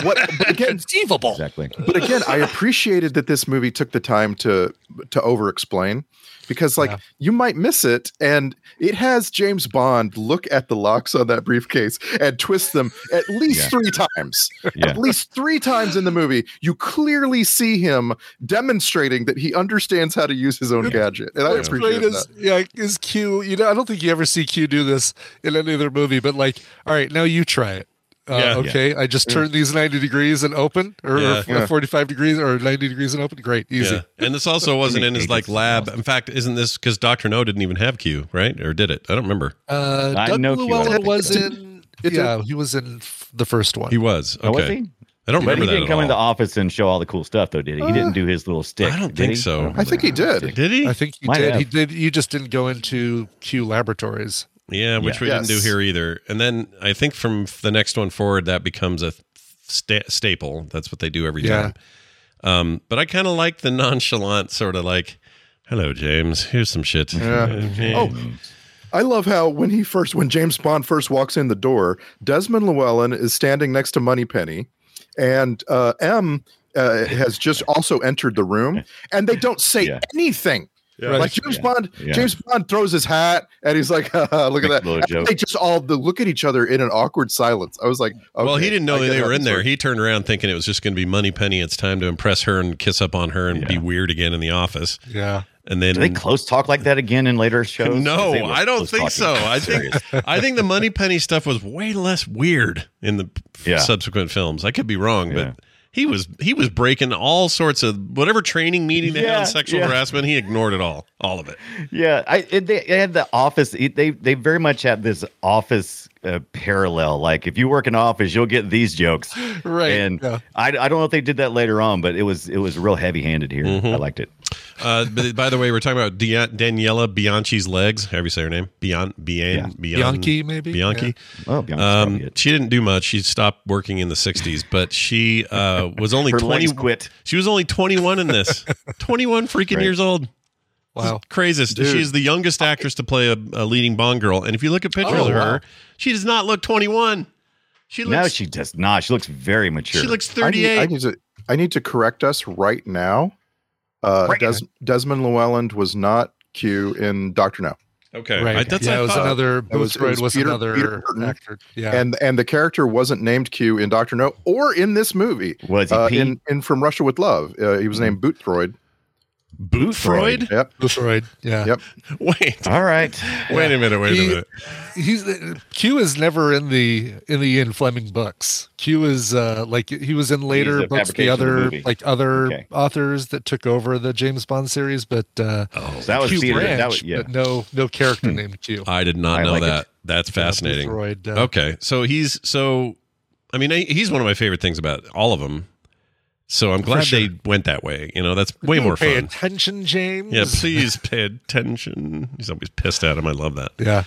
G: what? But again,
F: Conceivable.
E: exactly.
G: but again, I appreciated that this movie took the time to to over explain because like
F: Yeah.
G: you might miss it, and it has James Bond look at the locks on that briefcase and twist them at least
E: Yeah.
G: three times.
E: Yeah.
G: At least three times in the movie, you clearly see him demonstrating that he understands how to use his own gadget, and I
F: What's great
G: appreciate that.
F: is yeah is Q. You know, I don't think you ever see Q do this in any other movie. But like, all right, now you try it. Uh,
D: Yeah.
F: okay, I just turned these ninety degrees and open, or, or
D: Yeah.
G: Yeah.
F: forty-five degrees, or ninety degrees and open. Great, easy.
D: Yeah. And this also wasn't in his like
E: Agents.
D: lab. In fact, isn't this because Doctor No didn't even have Q, right? Or did it? I don't remember.
F: Uh,
E: I
F: Doug
E: know Q, I don't
F: Llewellyn
E: think
F: was
G: so.
F: in.
G: It did.
F: yeah, he was in f- the first one.
D: He was. Okay.
E: Oh, was he?
D: I don't
E: But
D: remember
E: he
D: that
E: didn't
D: at
E: come into the
D: all.
E: office and show all the cool stuff, though, did he? He didn't do his little stick.
D: I don't
E: did
D: think
E: he?
D: so.
E: don't
G: Uh, I think he
E: remember.
G: did.
D: Did he?
F: I think you
E: Might
F: did.
E: have.
F: He did. You just didn't go into Q Laboratories.
D: Yeah, which
E: Yeah.
D: we didn't do
G: Yes.
D: here either. And then I think from f- the next one forward, that becomes a th- sta- staple. That's what they do every
F: Yeah.
D: time. Um, but I kind of like the nonchalant sort of like, "Hello, James. Here's some shit."
G: Yeah. Oh, I love how when he first, when James Bond first walks in the door, Desmond Llewellyn is standing next to Moneypenny, and uh, M uh, has just also entered the room, and they don't say
E: Yeah.
G: anything. Like James Bond,
E: Yeah.
G: James Bond throws his hat, and he's like, "Look at
E: Makes
G: that!"
E: a little
G: And
E: joke.
G: They just all the, look at each other in an awkward silence. I was like,
D: well,
G: Oh, okay,
D: he didn't know
G: I
D: that
G: get
D: they
G: how
D: were in
G: this
D: there.
G: works.
D: He turned around thinking it was just going to be Money Penny. It's time to impress her and kiss up on her and be
E: Yeah.
D: weird again in the office.
F: Yeah,
D: And then
E: Do they close talk like that again in later shows?
D: No,
E: They were
D: I don't
E: close
D: think so.
E: talking.
D: I think I think the Money Penny stuff was way less weird in the f-
E: Yeah.
D: subsequent films. I could be wrong,
E: Yeah.
D: but he was he was breaking all sorts of whatever training meeting they had
E: Yeah,
D: on sexual
E: yeah.
D: harassment. He ignored it all, all of it.
E: Yeah, I it, they, they had the office. It, they they very much had this office uh, parallel. Like if you work in office, you'll get these jokes.
F: right.
E: And
F: yeah.
E: I, I don't know if they did that later on, but it was it was real heavy handed here.
D: Mm-hmm.
E: I liked it.
D: Uh, but by the way, we're talking about Dia- Daniela Bianchi's legs. However you say her name, Bian Bian
E: Yeah.
D: Bian-
F: Bianchi, maybe?
D: Bianchi.
F: Yeah.
E: Oh, Bianca's probably
D: Um,
E: it.
D: she didn't do much. She stopped working in the '60s, but she uh, was only
E: her
D: twenty.
E: legs quit.
D: She was only 21 in this. 21 freaking
E: Right.
D: years old.
F: Wow.
D: craziest. She is the youngest actress to play a, a leading Bond girl, and if you look at pictures
E: Oh,
D: of her,
E: wow.
D: she does not look 21. She looks.
E: no, she does not. She looks very mature.
D: she looks
G: I need-
D: 38.
G: I need, to. I need to correct us right now. Uh,
E: Right.
G: Des, Desmond Llewellyn was not Q in Doctor No.
D: Okay.
F: Right.
D: I, that's
F: yeah,
D: I
F: it was
D: thought.
F: another.
G: That was-
F: Boothroyd
G: it
F: was,
G: was Peter-
F: another
G: Peter Burton.
F: actor. Yeah.
G: And and the character wasn't named Q in Doctor No or in this movie.
E: Was he
G: Uh,
E: Pete?
G: in in From Russia with Love, uh, he was
D: Hmm.
G: named Boothroyd.
D: Boothroyd?
G: Yep.
F: Boothroyd. Yeah.
G: Yep.
D: Wait.
E: All right.
D: Wait a minute. Wait a
F: He-
D: minute.
F: He's Q is never in the in the Ian Fleming books. Q is uh like he was in later
E: a
F: books the
E: fabrication of the
F: other
E: movie.
F: like other
E: Okay.
F: authors that took over the James Bond series, but uh
E: So that was
F: Q
E: Peter.
F: Branch,
E: that was yeah.
F: but no no character named Q.
D: I did not
E: I
D: know
E: like it.
D: that. That's Hmm. fascinating. Oh,
F: Uh, Boothroyd, uh,
D: Okay. So he's so I mean he- he's one of my favorite things about all of them. So I'm glad
F: sure.
D: they went that way. You know, that's way
F: you
D: more
F: pay
D: fun.
F: attention, James.
D: Yeah, please pay attention. He's always pissed at him. I love that.
F: Yeah.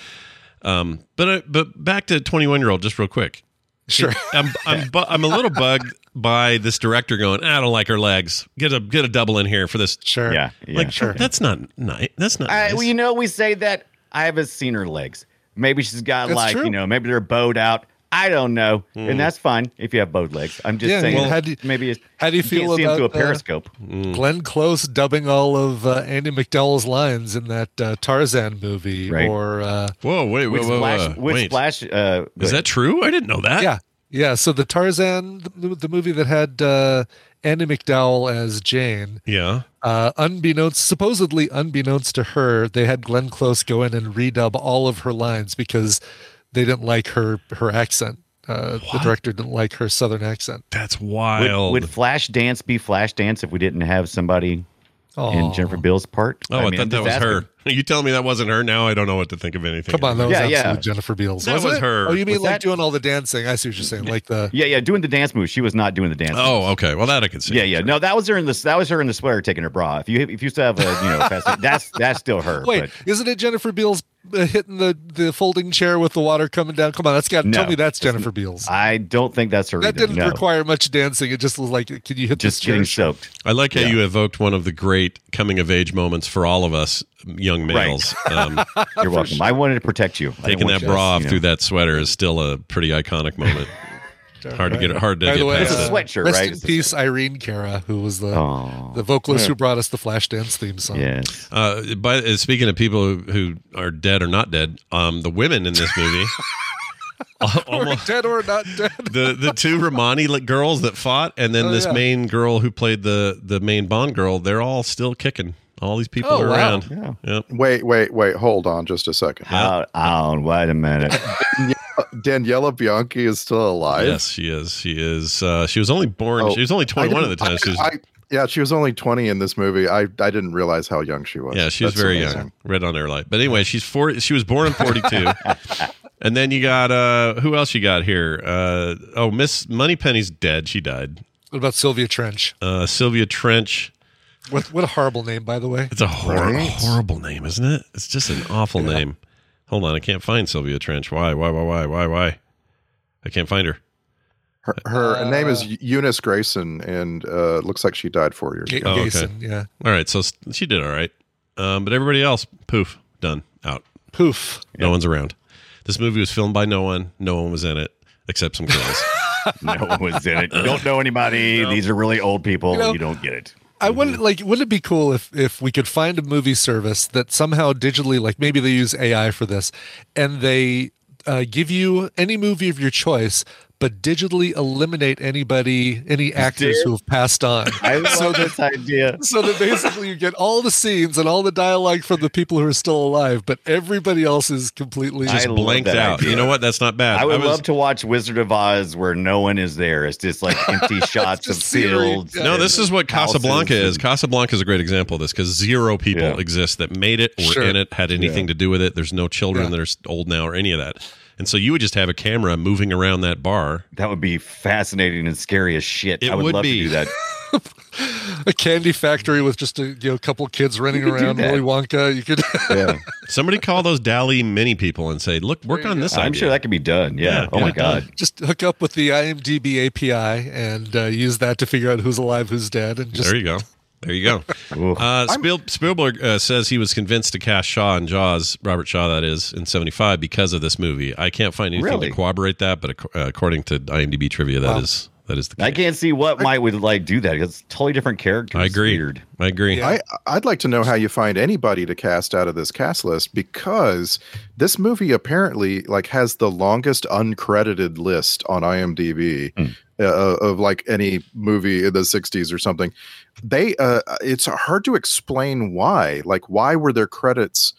D: Um, but uh, but back to 21 year old, just real quick.
F: Sure.
D: I'm I'm bu- I'm a little bugged by this director going. I don't like her legs. Get a get a double in here for this.
F: Sure.
E: Yeah. yeah.
D: like that's not nice. That's not.
E: I,
D: nice.
E: well, you know, we say that I haven't seen her legs. Maybe she's got
F: That's
E: like
F: true.
E: you know, maybe they're bowed out. I don't know,
D: Hmm.
E: and that's fine if you have bowed legs. I'm just
F: Yeah, I
E: saying.
F: mean, how do you-
E: maybe it's,
F: how do you feel
E: can't see 'em through a
F: about, uh,
E: periscope?
D: Hmm.
F: Glenn Close dubbing all of uh, Andy McDowell's lines in that uh, Tarzan movie,
E: Right.
F: or uh,
D: Whoa, wait,
E: Which
D: whoa, whoa,
E: splash?
D: whoa.
E: Which
D: wait.
E: splash? Uh,
D: Is that true? I didn't know that.
F: yeah, yeah. So the Tarzan, the, the movie that had uh, Andy McDowell as Jane,
D: Yeah.
F: uh, unbeknownst, supposedly unbeknownst to her, they had Glenn Close go in and redub all of her lines because they didn't like her her accent. Uh, the
D: What?
F: director didn't like her southern accent.
D: That's
E: would,
D: wild.
E: would Flash Dance be Flash Dance if we didn't have somebody in
F: Aw.
E: Jennifer Bill's part?
D: oh, I,
E: mean,
D: thought that
E: I'm just
D: was
E: asking.
D: her. You telling me that wasn't her? Now I don't know what to think of anything.
F: Come on, that was
E: Yeah,
F: absolute
E: yeah.
F: Jennifer Beals.
D: That
F: wasn't
D: was
F: it?
D: her.
F: Oh, you mean
E: Was
F: like
E: that-
F: doing all the dancing? I see what you're saying. Like the
E: Yeah, yeah, doing the dance move. She was not doing the dance. move.
D: Oh, okay. Well, that I could see.
E: Yeah, yeah. No, that was her in the that was her in the sweater taking her bra. If you if you still have a you know fast, that's that's still her.
F: Wait,
E: but-
F: isn't it Jennifer Beals uh, hitting the, the folding chair with the water coming down? Come on, that's got.
E: No,
F: tell me that's Jennifer Beals.
E: I don't think that's her.
F: that
E: either,
F: didn't
E: no.
F: require much dancing. It just was like, can you hit
E: just
F: this chair?
E: getting soaked.
D: I like how you evoked one of the great coming of age moments for all of us young
E: Right.
D: males. Um,
E: You're welcome. I wanted to protect you. I didn't
D: taking
E: want
D: that
E: you to,
D: bra off
E: you know-
D: through that sweater is still a pretty iconic moment. hard to get hard to
F: By
D: get
F: the way,
D: past.
E: It's a
F: uh,
D: that.
E: sweatshirt,
F: rest
E: right?
F: in
E: It's a
F: peace, Irene Cara, who was the
E: Oh.
F: the vocalist who brought us the Flashdance theme song.
E: Yes.
D: Uh, by uh, speaking of people who, who are dead or not dead, um, the women in this movie, al-
F: Or
D: almost,
F: dead or not dead.
D: the the two Romani li- girls that fought, and then
F: Oh,
D: this
F: yeah.
D: main girl who played the the main Bond girl, they're all still kicking. All these people
F: Oh,
D: are
F: wow.
D: around.
E: Yeah.
D: Yep.
G: Wait, wait, wait. Hold on, just a second.
E: Hold on. Wait a minute.
G: Daniela Bianchi is still alive.
D: Yes, she is. She is. Uh, she was only born.
G: Oh.
D: she was only
G: I
D: twenty one at the
G: didn't-
D: time. She was.
G: I, yeah, she was only 20 in this movie. I, I didn't realize how young she was.
D: yeah, she was
G: That's
D: very
G: amazing.
D: young. Red on her light. But anyway, she's four. She was born in forty two. and then you got uh, who else you got here? Uh, oh, Miss Moneypenny's dead. She died.
F: What about Sylvia Trench?
D: Uh, Sylvia Trench.
F: What what a horrible name, by the way.
D: It's a hor-
G: Right.
D: horrible name, isn't it? It's just an awful name. Hold on, I can't find Sylvia Trench. Why? Why? Why? Why? Why? Why? I can't find her.
G: Her, her name is Eunice Grayson, and uh, it looks like she died four years
F: Ga-
G: ago.
D: Oh, okay.
F: Gayson, yeah.
D: All right, so s- she did all right, um, but everybody else, poof, done, out.
F: Poof.
D: No one's around. This movie was filmed by no one. No one was in it except some girls.
E: no one was in it. You don't know anybody. These are really old people. You,
F: know-
E: don't get it.
F: I wouldn't
E: Mm-hmm.
F: like. Wouldn't it be cool if if we could find a movie service that somehow digitally, like maybe they use AI for this, and they uh, give you any movie of your choice, but digitally eliminate anybody, any actors who have passed on.
E: I love this idea.
F: So that basically you get all the scenes and all the dialogue from the people who are still alive, but everybody else is completely.
E: I
D: Just
E: love
D: blanked
E: that
D: out.
E: idea.
D: You know what? That's not bad.
E: I would
D: was-
E: love to watch Wizard of Oz where no one is there. It's just like empty shots
F: just
E: of
F: scenery.
E: fields.
D: No,
E: and
D: this is what
E: houses
D: Casablanca is.
E: and-
D: Casablanca is a great example of this because zero people
E: Yeah.
D: exist that made it, were
F: Sure.
D: in it, had anything to do with it. There's no children
F: Yeah.
D: that are s- old now or any of that. And so you would just have a camera moving around that bar.
E: That would be fascinating and scary as shit.
D: It
E: I would,
D: would
E: love
D: be.
E: to do that.
F: a candy factory with just a you know couple kids running
E: could do
F: around,
E: that.
F: Willy Wonka. You could.
E: Yeah.
D: Somebody call those Dali mini people and say, "Look, work on this."
E: I'm
D: idea.
E: sure that could be done. Yeah.
D: Yeah,
E: oh
D: get
E: my
D: it done.
E: god.
F: just hook up with the IMDb API and uh, use that to figure out who's alive, who's dead, and just
D: there you go. There you go.
E: Ooh.
D: Uh, Spiel, Spielberg uh, says he was convinced to cast Shaw in Jaws, Robert Shaw, that is, in '75 because of this movie. I can't find anything
E: Really?
D: to corroborate that, but ac- uh, according to IMDb trivia, that is That is the case.
E: I can't see what might would like do that. It's totally different characters.
D: I agree.
E: It's Weird.
D: I agree.
F: Yeah.
G: I, I'd like to know how you find anybody to cast out of this cast list because this movie apparently like has the longest uncredited list on IMDb uh, of like any movie in the 60s or something. They uh, it's hard to explain why. Like why were their credits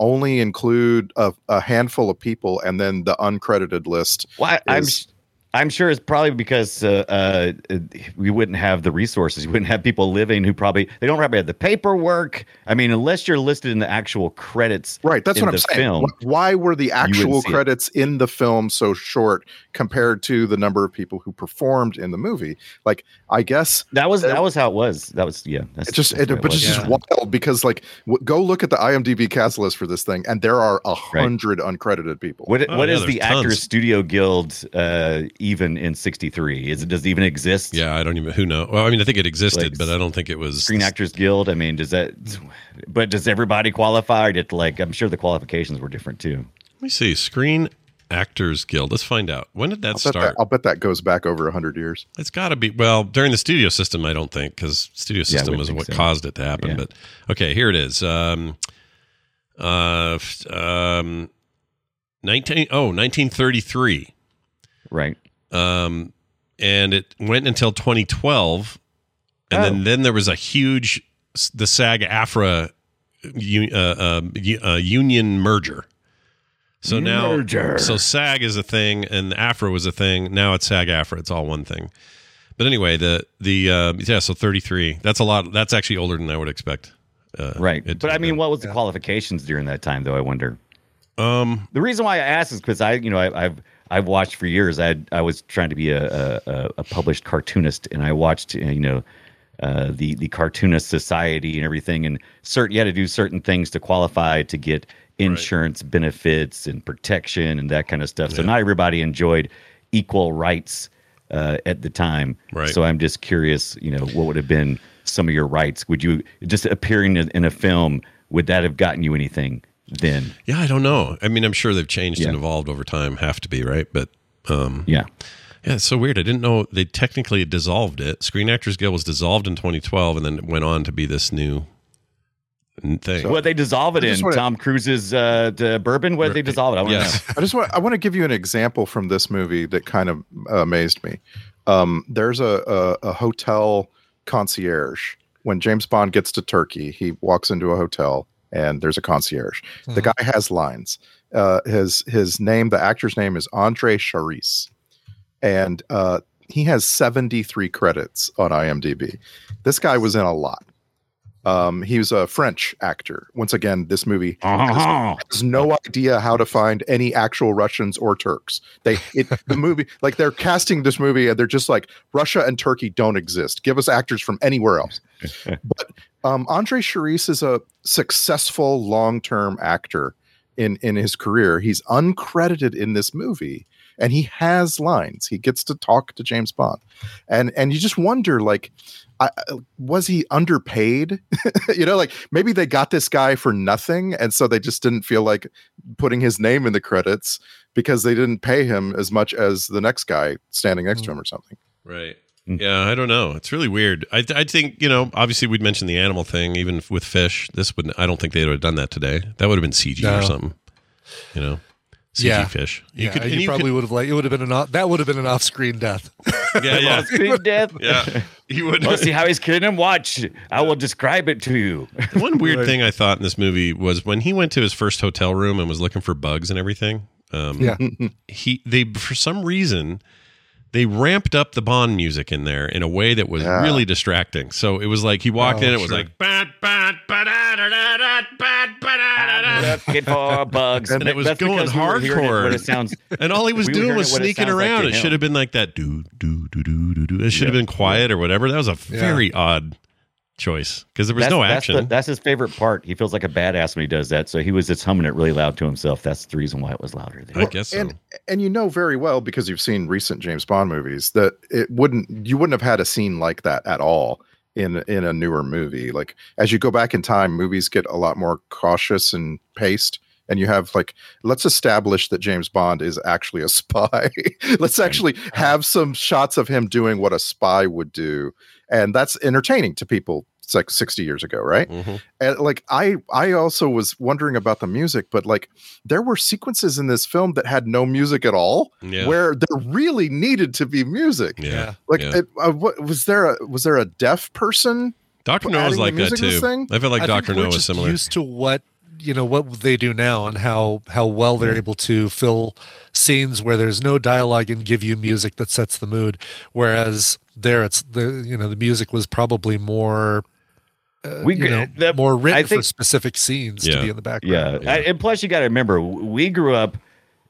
G: only include a, a handful of people and then the uncredited list?
E: Well, I, I'm
G: is-
E: I'm sure it's probably because uh, uh, we wouldn't have the resources. We wouldn't have people living who probably they don't probably have the paperwork. I mean, unless you're listed in the actual credits.
G: Right, that's
E: in
G: what I'm
E: the
G: saying.
E: film.
G: Wh- Why were the actual
E: see it.
G: credits in the film so short compared to the number of people who performed in the movie? Like, I guess
E: That was that was how it was. That was yeah. That's,
G: it's just,
E: that's
G: Uh, it,
E: the way
G: but it's
E: was.
G: just wild because, like, w- go look at the IMDb cast list for this thing, and there are a
E: Right.
G: hundred uncredited people.
E: What
D: Oh,
E: what
D: yeah,
E: is
D: there's
E: the Actors
D: tons.
E: Studio Guild uh, even in '63? Is it does it even exist?
D: Yeah, I don't even who know. Well, I mean, I think it existed,
E: Like,
D: but I don't think it was
E: Screen Actors Guild. I mean, does that?
D: Hmm.
E: But does everybody qualify? Or did like I'm sure the qualifications were different too.
D: Let me see. Screen Actors Guild. Let's find out. When did that
G: I'll bet, that,
D: start?
G: I'll bet that goes back over a hundred years.
D: It's got to be well during the studio system. I don't think because studio
E: I
D: system
E: wouldn't
D: was
E: think
D: what
E: so.
D: caused it to happen.
E: Yeah.
D: But okay, here it is. Um, uh, f- um, nineteen oh, 1933.
E: Right.
D: um, and it went until 2012, and
E: Oh.
D: then then there was a huge s- the SAG AFRA u- uh, uh, u- uh, union merger. So now,
E: Merger.
D: so SAG is a thing, and AFRA was a thing. Now it's SAG AFRA. It's all one thing. But anyway, the the uh, yeah, so 33. That's a lot. That's actually older than I would expect. Uh,
E: Right.
D: it-
E: but I mean, what was the qualifications during that time though? I wonder.
D: um,
E: The reason why I ask is because I, you know, I, I've I've watched for years. I I was trying to be a a, a- a published cartoonist, and I watched uh, you know uh, the the cartoonist society and everything, and certain you had to do certain things to qualify to get insurance benefits and protection and that kind of stuff. So not everybody enjoyed equal rights uh, at the time.
D: Right.
E: So I'm just curious, you know, what would have been some of your rights? Would you just appearing in in a film? Would that have gotten you anything then?
D: yeah, I don't know. I mean, I'm sure they've changed and
E: Yeah.
D: evolved over time. Have to be right, but um,
E: Yeah.
D: Yeah, it's so weird. I didn't know they technically dissolved it. Screen Actors Guild was dissolved in 2012 and then it went on to be this new n- thing.
E: What they dissolve it
G: I just
E: in?
G: wanna-
E: Tom Cruise's uh, d- bourbon? What they dissolve it? I want
D: Yes.
E: to know.
G: I just want I want to give you an example from this movie that kind of uh, amazed me. Um, there's a, a a hotel concierge. When James Bond gets to Turkey, he walks into a hotel and there's a concierge. The guy has lines. Uh, his his name, the actor's name is Andre Charisse, and uh, he has 73 credits on IMDb. This guy was in a lot. Um, he was a French actor. Once again, this movie
E: Uh-huh.
G: has no idea how to find any actual Russians or Turks. They it, the movie like they're casting this movie and they're just like Russia and Turkey don't exist. Give us actors from anywhere else. but um, Andre Charisse is a successful long-term actor in in his career. He's uncredited in this movie and he has lines. He gets to talk to James Bond. And and you just wonder like I, I- was he underpaid? you know, like maybe they got this guy for nothing, and so they just didn't feel like putting his name in the credits because they didn't pay him as much as the next guy standing next to him or something.
D: Right.
F: Mm.
D: Yeah, I don't know. It's really weird. I, I think, you know, obviously we'd mentioned the animal thing, even with fish. This would, I don't think they would have done that today. That would have been CG or
F: No.
D: something, you know, CG
F: Yeah.
D: fish.
F: yeah,
D: could-
F: you,
D: and you
F: probably would have like it would have been an off, that would have been an off-screen death.
D: could- yeah, yeah.
E: Speed death.
D: Yeah. You would
E: Let's see how he's killing him. Watch. I will describe it to you.
D: One weird thing I thought in this movie was when he went to his first hotel room and was looking for bugs and everything. Um,
F: Yeah.
D: he they for some reason they ramped up the Bond music in there in a way that was really distracting. So it was like he walked
E: Oh,
D: in, it was like "Bat, bat, ba-da-da-da-da, bat, ba-da-da-da."
E: Looking for bugs.
D: And it was
E: That's
D: going
E: because we were hearing it
D: hardcore.
E: when it sounds.
D: and all he was
E: We were
D: doing
E: hearing
D: was
E: it what it
D: sneaking
E: sounds like
D: around.
E: to
D: it
E: him.
D: should have been like that do do do do do do. It should have been quiet or whatever. That was a very odd choice because there was
E: That's,
D: no
E: that's the-
D: action.
E: that's his favorite part. He feels like a badass when he does that. So he was just humming it really loud to himself. That's the reason why it was louder. There.
D: I guess so.
G: And and you know very well because you've seen recent James Bond movies that it wouldn't you wouldn't have had a scene like that at all in in a newer movie. Like as you go back in time, movies get a lot more cautious and paced and you have like let's establish that James Bond is actually a spy. let's actually
D: Uh-huh.
G: have some shots of him doing what a spy would do, and that's entertaining to people. It's like 60 years ago, right?
D: Mhm.
G: and like i i also was wondering about the music but like there were sequences in this film that had no music at all
D: Yeah.
G: where there really needed to be music
D: Yeah.
F: Yeah.
G: like
D: yeah.
G: it, uh, what was there a was there a deaf person
D: Doctor
G: adding
D: No was
G: the
D: like that
G: music to this
D: too.
G: thing?
D: I feel like
F: I think
D: Doctor
F: we're
D: No was
F: just
D: similar.
F: Used to what you know what they do now and how how well they're able to fill scenes where there's no dialogue and give you music that sets the mood. Whereas there, it's the you know the music was probably more. Uh,
E: We
F: you
E: gr-
F: know,
E: the-
F: more written
E: I
F: for
E: think-
F: specific scenes
D: Yeah.
F: to be in the background.
E: Yeah. I- and plus, you got to remember, w- we grew up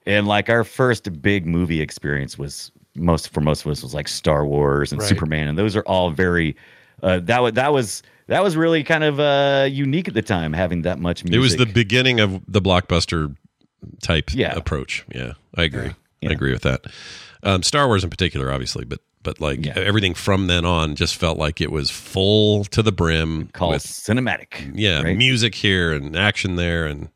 E: and like our first big movie experience was most for most of us was like Star Wars and
F: Right.
E: Superman, and those are all very uh, that was that was that was really kind of uh, unique at the time having that much music.
D: It was the beginning of the blockbuster type
E: Yeah.
D: approach. Yeah, I agree.
E: Yeah.
D: I agree with that. Um, Star Wars in particular, obviously, but but like
E: Yeah.
D: everything from then on just felt like it was full to the brim
E: called
D: with
E: cinematic.
D: yeah
E: right?
D: music here and action there, and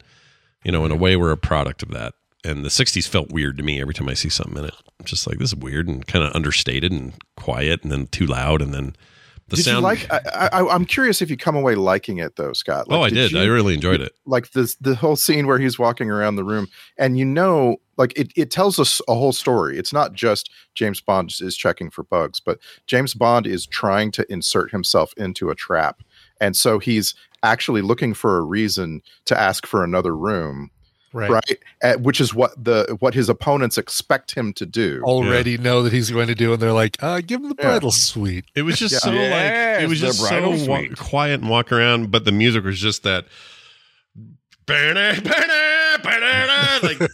D: you know, in a way, we're a product of that. And the '60s felt weird to me every time I see something in it. I'm just like this is weird and kind of understated and quiet, and then too loud, and then the
G: did
D: sound.
G: you like I, I i'm curious if you come away liking it though scott Like,
D: oh, I did.
G: you-
D: I really enjoyed it.
G: like this the whole scene where he's walking around the room and you know like it, it tells us a whole story it's not just james bond is checking for bugs but james bond is trying to insert himself into a trap and so he's actually looking for a reason to ask for another room
F: right.
G: right, Uh, which is what the what his opponents expect him to do
F: Already know that he's going to do, and they're like, uh, "Give him the
G: Yeah.
F: bridal suite."
D: It was just
G: Yeah.
D: so like it
E: Yes,
D: was
E: the
D: just so
E: bridal
D: wa-
E: suite.
D: quiet and walk around, but the music was just that. like
E: It's-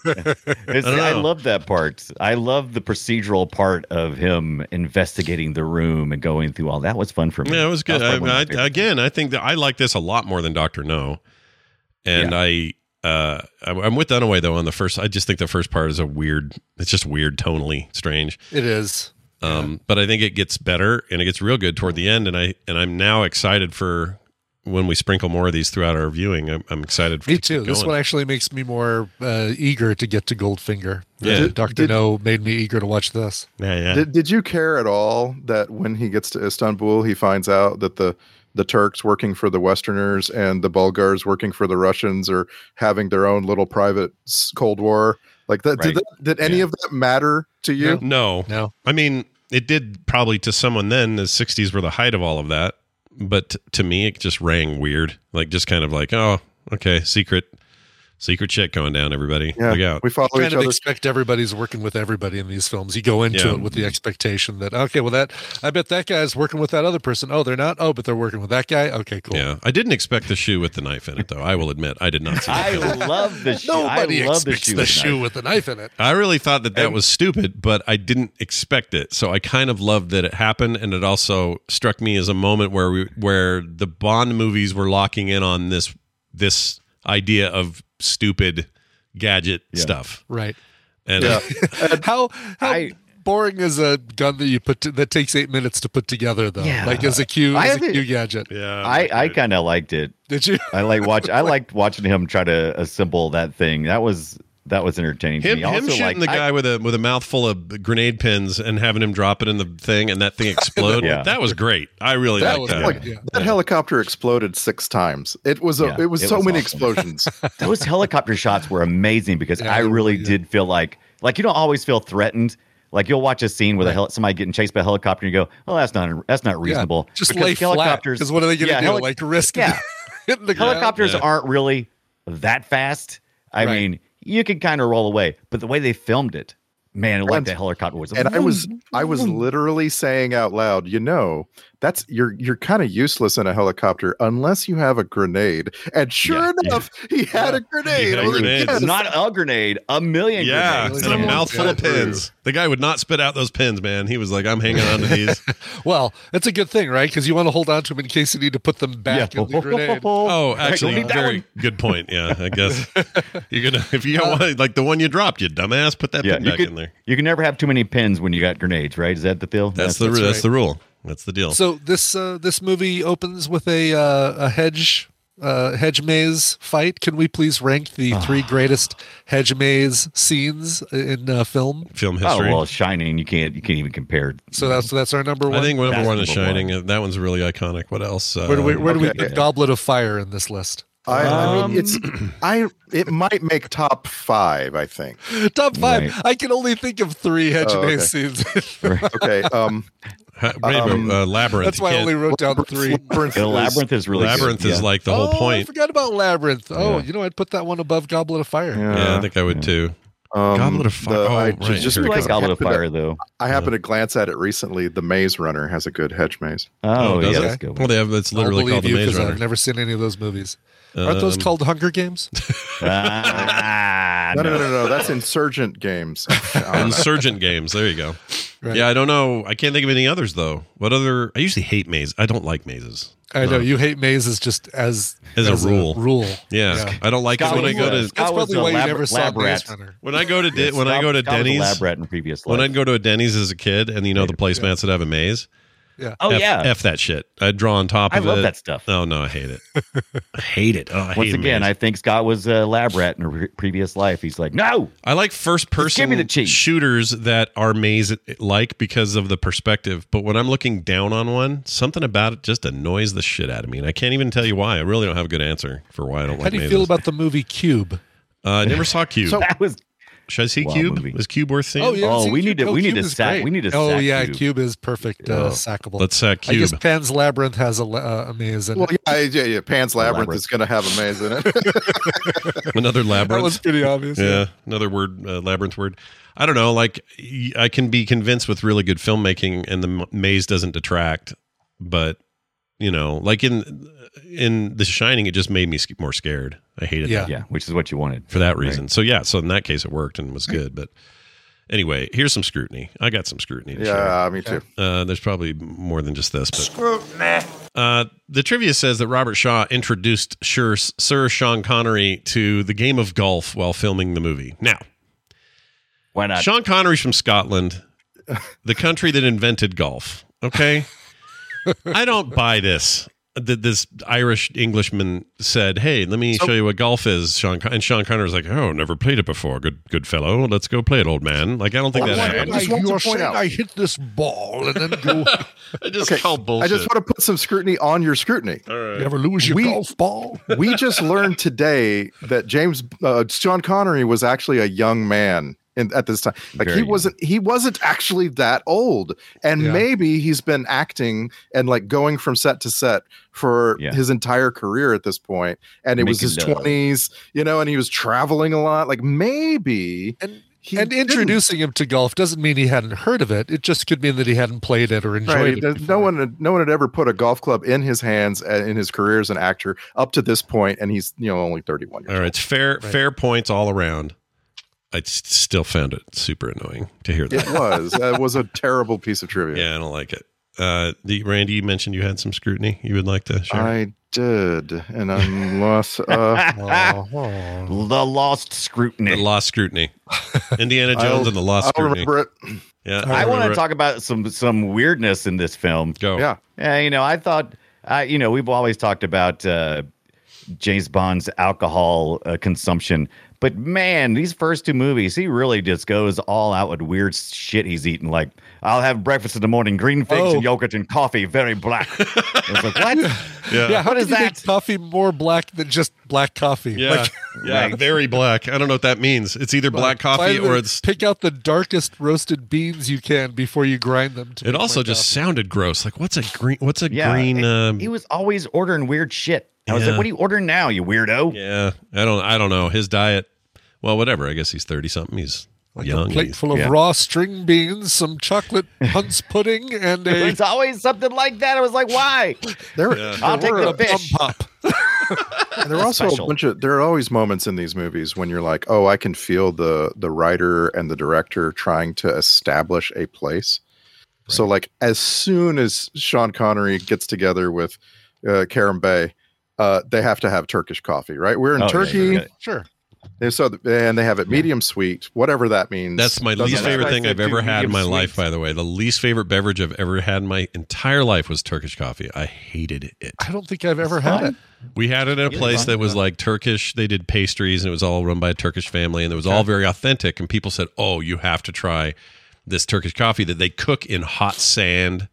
D: I don't
E: I,
D: know.
E: love that part. I love the procedural part of him investigating the room and going through all that was fun for me.
D: yeah, it was good.
E: That
D: I,
E: probably one
D: I,
E: of my favorites.
D: again, I think that I like this a lot more than Doctor No, and I uh, I- I'm with Dunaway though on the first. I just think the first part is a weird. It's just weird, tonally strange.
F: It is.
D: Um, But I think it gets better and it gets real good toward the end. And I and I'm now excited for when we sprinkle more of these throughout our viewing. I'm, I'm excited. For
F: Me
D: to keep
F: too. This
D: going.
F: one actually makes me more uh, eager to get to Goldfinger.
D: Yeah. Did-
F: Doctor
G: did-
F: No made me eager to watch this.
D: yeah, yeah.
G: did, did you care at all that when he gets to istanbul he finds out that the the turks working for the westerners and the bulgars working for the russians are having their own little private s- cold war like that did,
E: Right.
G: that, did any
D: Yeah.
G: of that matter to you
D: No.
F: No.
D: I mean, it did probably to someone then. The 60s were the height of all of that. But t- to me, it just rang weird. Like, just kind of like, oh, okay, secret, secret shit going down, everybody. Look out.
G: we follow
F: kind
G: each
F: of
G: other
F: expect everybody's working with everybody in these films. You go into
D: Yeah.
F: it with the expectation that okay, well that I bet that guy's working with that other person. Oh, they're not. Oh, but they're working with that guy. Okay, cool.
D: Yeah. I didn't expect the shoe with the knife in it, though. I will admit, I did not see that.
E: I
D: coming.
E: love the shoe.
F: Nobody
E: I love
F: expects
E: the shoe.
F: the
E: with
F: shoe
E: knife.
F: with a knife in it.
D: I really thought that that
E: And-
D: was stupid, but I didn't expect it. So I kind of loved that it happened, and it also struck me as a moment where we where the Bond movies were locking in on this this idea of stupid gadget
E: Yeah.
D: stuff.
F: Right.
D: And
G: Yeah.
F: how how
E: I-
F: boring is a gun that you put to, that takes eight minutes to put together though?
E: Yeah.
F: Like as a cue,
E: I
F: as a
E: haven't-
F: cue gadget.
D: yeah,
E: I, I kind of liked it.
F: Did you?
E: I like watch. I liked watching him try to assemble that thing. That was that was entertaining to
D: him,
E: me.
D: him shooting
E: like,
D: the
E: I-
D: guy with a with a mouthful of grenade pins and having him drop it in the thing and that thing explode.
E: Yeah.
D: That was great. I really
G: that,
D: liked
G: was
D: that.
G: like
F: Yeah.
G: that helicopter exploded six times it was a
E: Yeah,
G: it was
E: it
G: so
E: was
G: many
E: awesome.
G: explosions
E: those helicopter shots were amazing because
F: Yeah,
E: I
F: they were,
E: really
F: yeah.
E: did feel like like you don't always feel threatened. Like you'll watch a scene with a hel- somebody getting chased by a helicopter, and you go, "Oh, that's not that's not reasonable."
F: Just
E: Because
F: lay flat. Because what are they going to
E: yeah,
F: do?
E: heli-
F: like risk
E: yeah.
F: hitting the ground?
E: helicopters
D: Yeah.
E: aren't really that fast. I
F: Right.
E: mean, you can kind of roll away, but the way they filmed it, man, it like
G: And-
E: the helicopter was.
G: and I was I was literally saying out loud, you know, that's you're you're kind of useless in a helicopter unless you have a grenade. And sure
E: Yeah.
G: enough, he had a grenade.
D: had
G: I was like,
D: grenades.
G: "Yes."
E: not a grenade, a million.
D: Yeah,
E: grenades.
D: and a
F: Someone
D: mouthful of
F: got through.
D: pins. The guy would not spit out those pins, man. He was like, "I'm hanging on to these."
F: Well, that's a good thing, right? Because you want to hold on to them in case you need to put them back in the grenade.
D: Oh,
E: Don't
D: actually,
E: need that
D: very
E: one.
D: good point. Yeah, I guess you're gonna if you don't
F: Uh,
D: want like the one you dropped, you dumbass, put that
E: Yeah,
D: pin
E: you
D: back
E: could,
D: in there.
E: you can never have too many pins when you got grenades, right? Is that the deal?
D: That's, the
E: what-
D: that's,
F: that's
D: that's the rule. That's the deal.
F: So this uh, this movie opens with a uh, a hedge uh, hedge maze fight, can we please rank the three
D: Ah.
F: greatest hedge maze scenes in uh, film?
D: Film
E: Oh
D: history.
E: well, Shining. You can't. You can't even compare.
F: So that's that's our number one.
D: I think number
E: That's
D: one is
E: number one.
D: Shining. uh, That one's really iconic. What else?
F: where do we
D: Um,
F: where do we
G: okay.
F: put Goblet of Fire in this list?
G: I, I
E: Um,
G: mean, it's I. It might make top five. I think.
F: Top five.
E: Right.
F: I can only think of three hedge
G: Oh,
F: maze scenes.
G: Okay. Um,
D: ha- wait, but,
G: um,
D: uh, Labyrinth.
F: that's
D: you
F: why I
D: can't-
F: only wrote down three.
G: Labyrinth
E: The
G: is-
E: labyrinth is really good,
D: Labyrinth is
E: yeah.
D: like the whole
F: oh, I
D: point.
F: forgot about Labyrinth. Oh,
E: Yeah.
F: you know, I'd put that one above Goblet of Fire.
D: Yeah, I think I would
E: Yeah.
D: too.
G: um,
D: Goblet of Fire-
G: the-
D: oh,
G: I-
D: right,
G: Just
D: sure.
E: You like
G: because I
E: Goblet
G: happened,
E: of Fire
G: To,
E: though.
G: I happened to glance at it recently. The Maze Runner has a good hedge maze.
E: Oh,
D: does
E: yeah,
D: it?
E: that's a good.
D: Well,
E: One.
D: they have it's
F: I'll
D: literally
F: believe
D: called the
F: you
D: Maze Runner.
F: I've never seen any of those movies. Aren't those
D: Um,
F: called Hunger Games?
E: Ah,
G: No, no, no, no, no. That's Insurgent Games. I don't know.
D: Insurgent games. There you go.
F: Right.
D: Yeah, I don't know. I can't think of any others though. What other? I usually hate mazes. I don't like mazes.
F: I know you hate mazes just as
D: As a rule.
F: rule.
D: Yeah,
F: Yeah.
D: I don't like it
E: Scott
D: when I
E: was
D: go
E: a-
D: to
E: Scott
F: That's
E: was
F: probably
E: a
F: why
E: lab-
F: you never saw
E: lab rat.
F: Maze Runner.
D: when I go to di-
E: Yeah,
D: when I
E: Scott-
D: go to
E: Scott was a
D: Denny's
E: lab rat in previous
D: when
E: life.
D: I'd go to a Denny's as a kid, and you know the placemats that have a maze.
E: oh
D: F,
E: yeah,
D: F that shit. I'd draw on top
E: I
D: of it. Oh,
E: love that stuff.
D: No, no, I hate it. I hate it. Oh, I
E: Once
D: hate
E: again, I think Scott was a lab rat in a re- previous life. He's like, no,
D: I like first
E: Just give
D: person
E: me the cheese.
D: shooters that are maze like because of the perspective. But when I'm looking down on one, something about it just annoys the shit out of me, and I can't even tell you why. I really don't have a good answer for why I don't
F: How
D: like
F: do you
D: mazes.
F: feel about the movie Cube?
D: uh, I never saw Cube.
G: So-
E: that was.
D: Should I see
E: Wow,
D: Cube?
E: movie.
D: Is Cube worth seeing?
F: Oh, you haven't
E: Oh,
F: seen
E: we
F: Cube?
E: need to-
F: No,
E: we need
F: Cube
E: to
F: is
E: sack-
F: great.
E: we need to
F: Oh
E: sack
F: yeah,
E: Cube.
F: Cube is perfect
E: Yeah.
F: uh, sackable.
D: Let's sack
F: I
D: Cube.
F: guess Pan's Labyrinth has a la- uh, a maze in
G: Well,
F: it.
G: yeah, yeah, yeah. Pan's Labyrinth,
E: Labyrinth.
G: is going to have a maze in it.
D: Another
F: That was
D: labyrinth.
F: pretty obvious.
D: yeah. another word, uh, labyrinth word. I don't know. Like y- I can be convinced with really good filmmaking, and the m- maze doesn't detract. But you know, like in in The Shining, it just made me sc- more scared. I hated
F: Yeah.
D: that
E: Yeah, which is what you wanted.
D: for that reason. So yeah, so in that case, it worked and was good. But anyway, here's some scrutiny. I got some scrutiny. To share.
G: yeah, me too.
D: Uh, there's probably more than just this, but Uh, the trivia says that Robert Shaw introduced Sir, Sir Sean Connery to the game of golf while filming the movie. Now,
E: Why not?
D: Sean Connery's from Scotland, the country that invented golf. Okay, I don't buy this. That this Irish Englishman said, "Hey, let me show you what golf is." Sean Con- and Sean Connery's like, "Oh, never played it before. Good, good fellow. Let's go play it, old man." Like, I don't think that
G: Why-
D: happened.
G: I just want to point out-
F: hit this ball and then go
D: I just
G: Okay,
D: call bullshit.
G: I just want to put some scrutiny on your scrutiny.
F: never lose your
G: We-
F: golf ball.
G: We just learned today that James uh, John Connery was actually a young man in, at this time. Like
E: Very
G: he
E: young.
G: wasn't he wasn't actually that old, and
F: Yeah.
G: maybe he's been acting and like going from set to set for
E: Yeah.
G: his entire career at this point, and it was
E: Making
G: his
E: love.
G: twenties, you know, and he was traveling a lot. Like maybe
F: And-
G: he
F: and
G: didn't.
F: introducing him to golf doesn't mean he hadn't heard of it. It just could mean that he hadn't played it or enjoyed
G: Right.
F: it.
G: There's- No
F: before.
G: one, had- no one had ever put a golf club in his hands uh, in his career as an actor up to this point, and he's you know only thirty-one. Years
D: All right, it's fair
F: Right.
D: fair points all around. I s- still found it super annoying to hear
G: old.
D: that.
G: It was. That was a terrible piece of trivia.
D: yeah, I don't like it. Uh, the, Randy, you mentioned you had some scrutiny you would like to share.
G: I did, and I'm lost. Uh,
F: Oh, oh.
E: the lost
D: the
E: scrutiny.
D: lost scrutiny, Indiana Jones
G: I'll-
D: and the lost
G: I'll
D: scrutiny.
G: remember it.
D: Yeah,
E: I want
D: remember
E: to
D: it.
E: talk about some some weirdness in this film.
D: Go.
G: Yeah.
E: Yeah, you know, I thought, I you know, we've always talked about uh, James Bond's alcohol uh, consumption, but man, these first two movies, he really just goes all out with weird shit he's eating. Like, I'll have breakfast in the morning, green figs
F: Oh.
E: and yogurt and coffee, very black. I was like, what?
D: Yeah.
F: Yeah, how
E: What
F: does
E: is
F: that
E: that?
F: make coffee more black than just black coffee?
D: Yeah,
F: Like,
D: yeah,
E: Right.
D: very black. I don't know what that means. It's either black coffee
F: find the-
D: or it's.
F: pick out the darkest roasted beans you can before you grind them. To
D: It
F: make
D: also
F: black
D: just
F: coffee.
D: sounded gross. Like, what's a green? What's a
E: Yeah,
D: green?
E: it-
D: um,
E: He was always ordering weird shit. I was
D: Yeah.
E: like, what are you ordering now, you weirdo?
D: yeah, I don't. I don't know his diet. Well, whatever. I guess he's thirty something. He's
F: like
D: young.
F: a
D: and
F: plate
D: he's-
F: full of
E: yeah.
F: raw string beans, some chocolate Hunt's pudding, and a
E: It's always something like that. I was like, why?
G: There,
D: Yeah.
E: I'll take
G: there were,
E: the
G: a-
F: plum
E: fish.
F: pop.
G: there were also
E: special.
G: a bunch of. There are always moments in these movies when you're like, "Oh, I can feel the the writer and the director trying to establish a place." So, like, as soon as Sean Connery gets together with uh, Karen Bay, uh, they have to have Turkish coffee, right? We're in
E: Oh, yeah,
G: Turkey.
E: yeah, yeah.
F: Sure.
G: And so, and they have it medium sweet, whatever that means.
D: That's my
G: Doesn't
D: least
G: matter.
D: favorite
E: matter.
D: thing I've ever
E: Medium
D: had in my
E: sweet.
D: life, by the way. The least favorite beverage I've ever had in my entire life was Turkish coffee. I hated it.
F: I don't think I've ever had it.
D: We had it at a
E: Yeah,
D: place
E: fine.
D: that was like Turkish. They did pastries and it was all run by a Turkish family and it was all very authentic. And people said, Oh, you have to try this Turkish coffee that they cook in hot sand.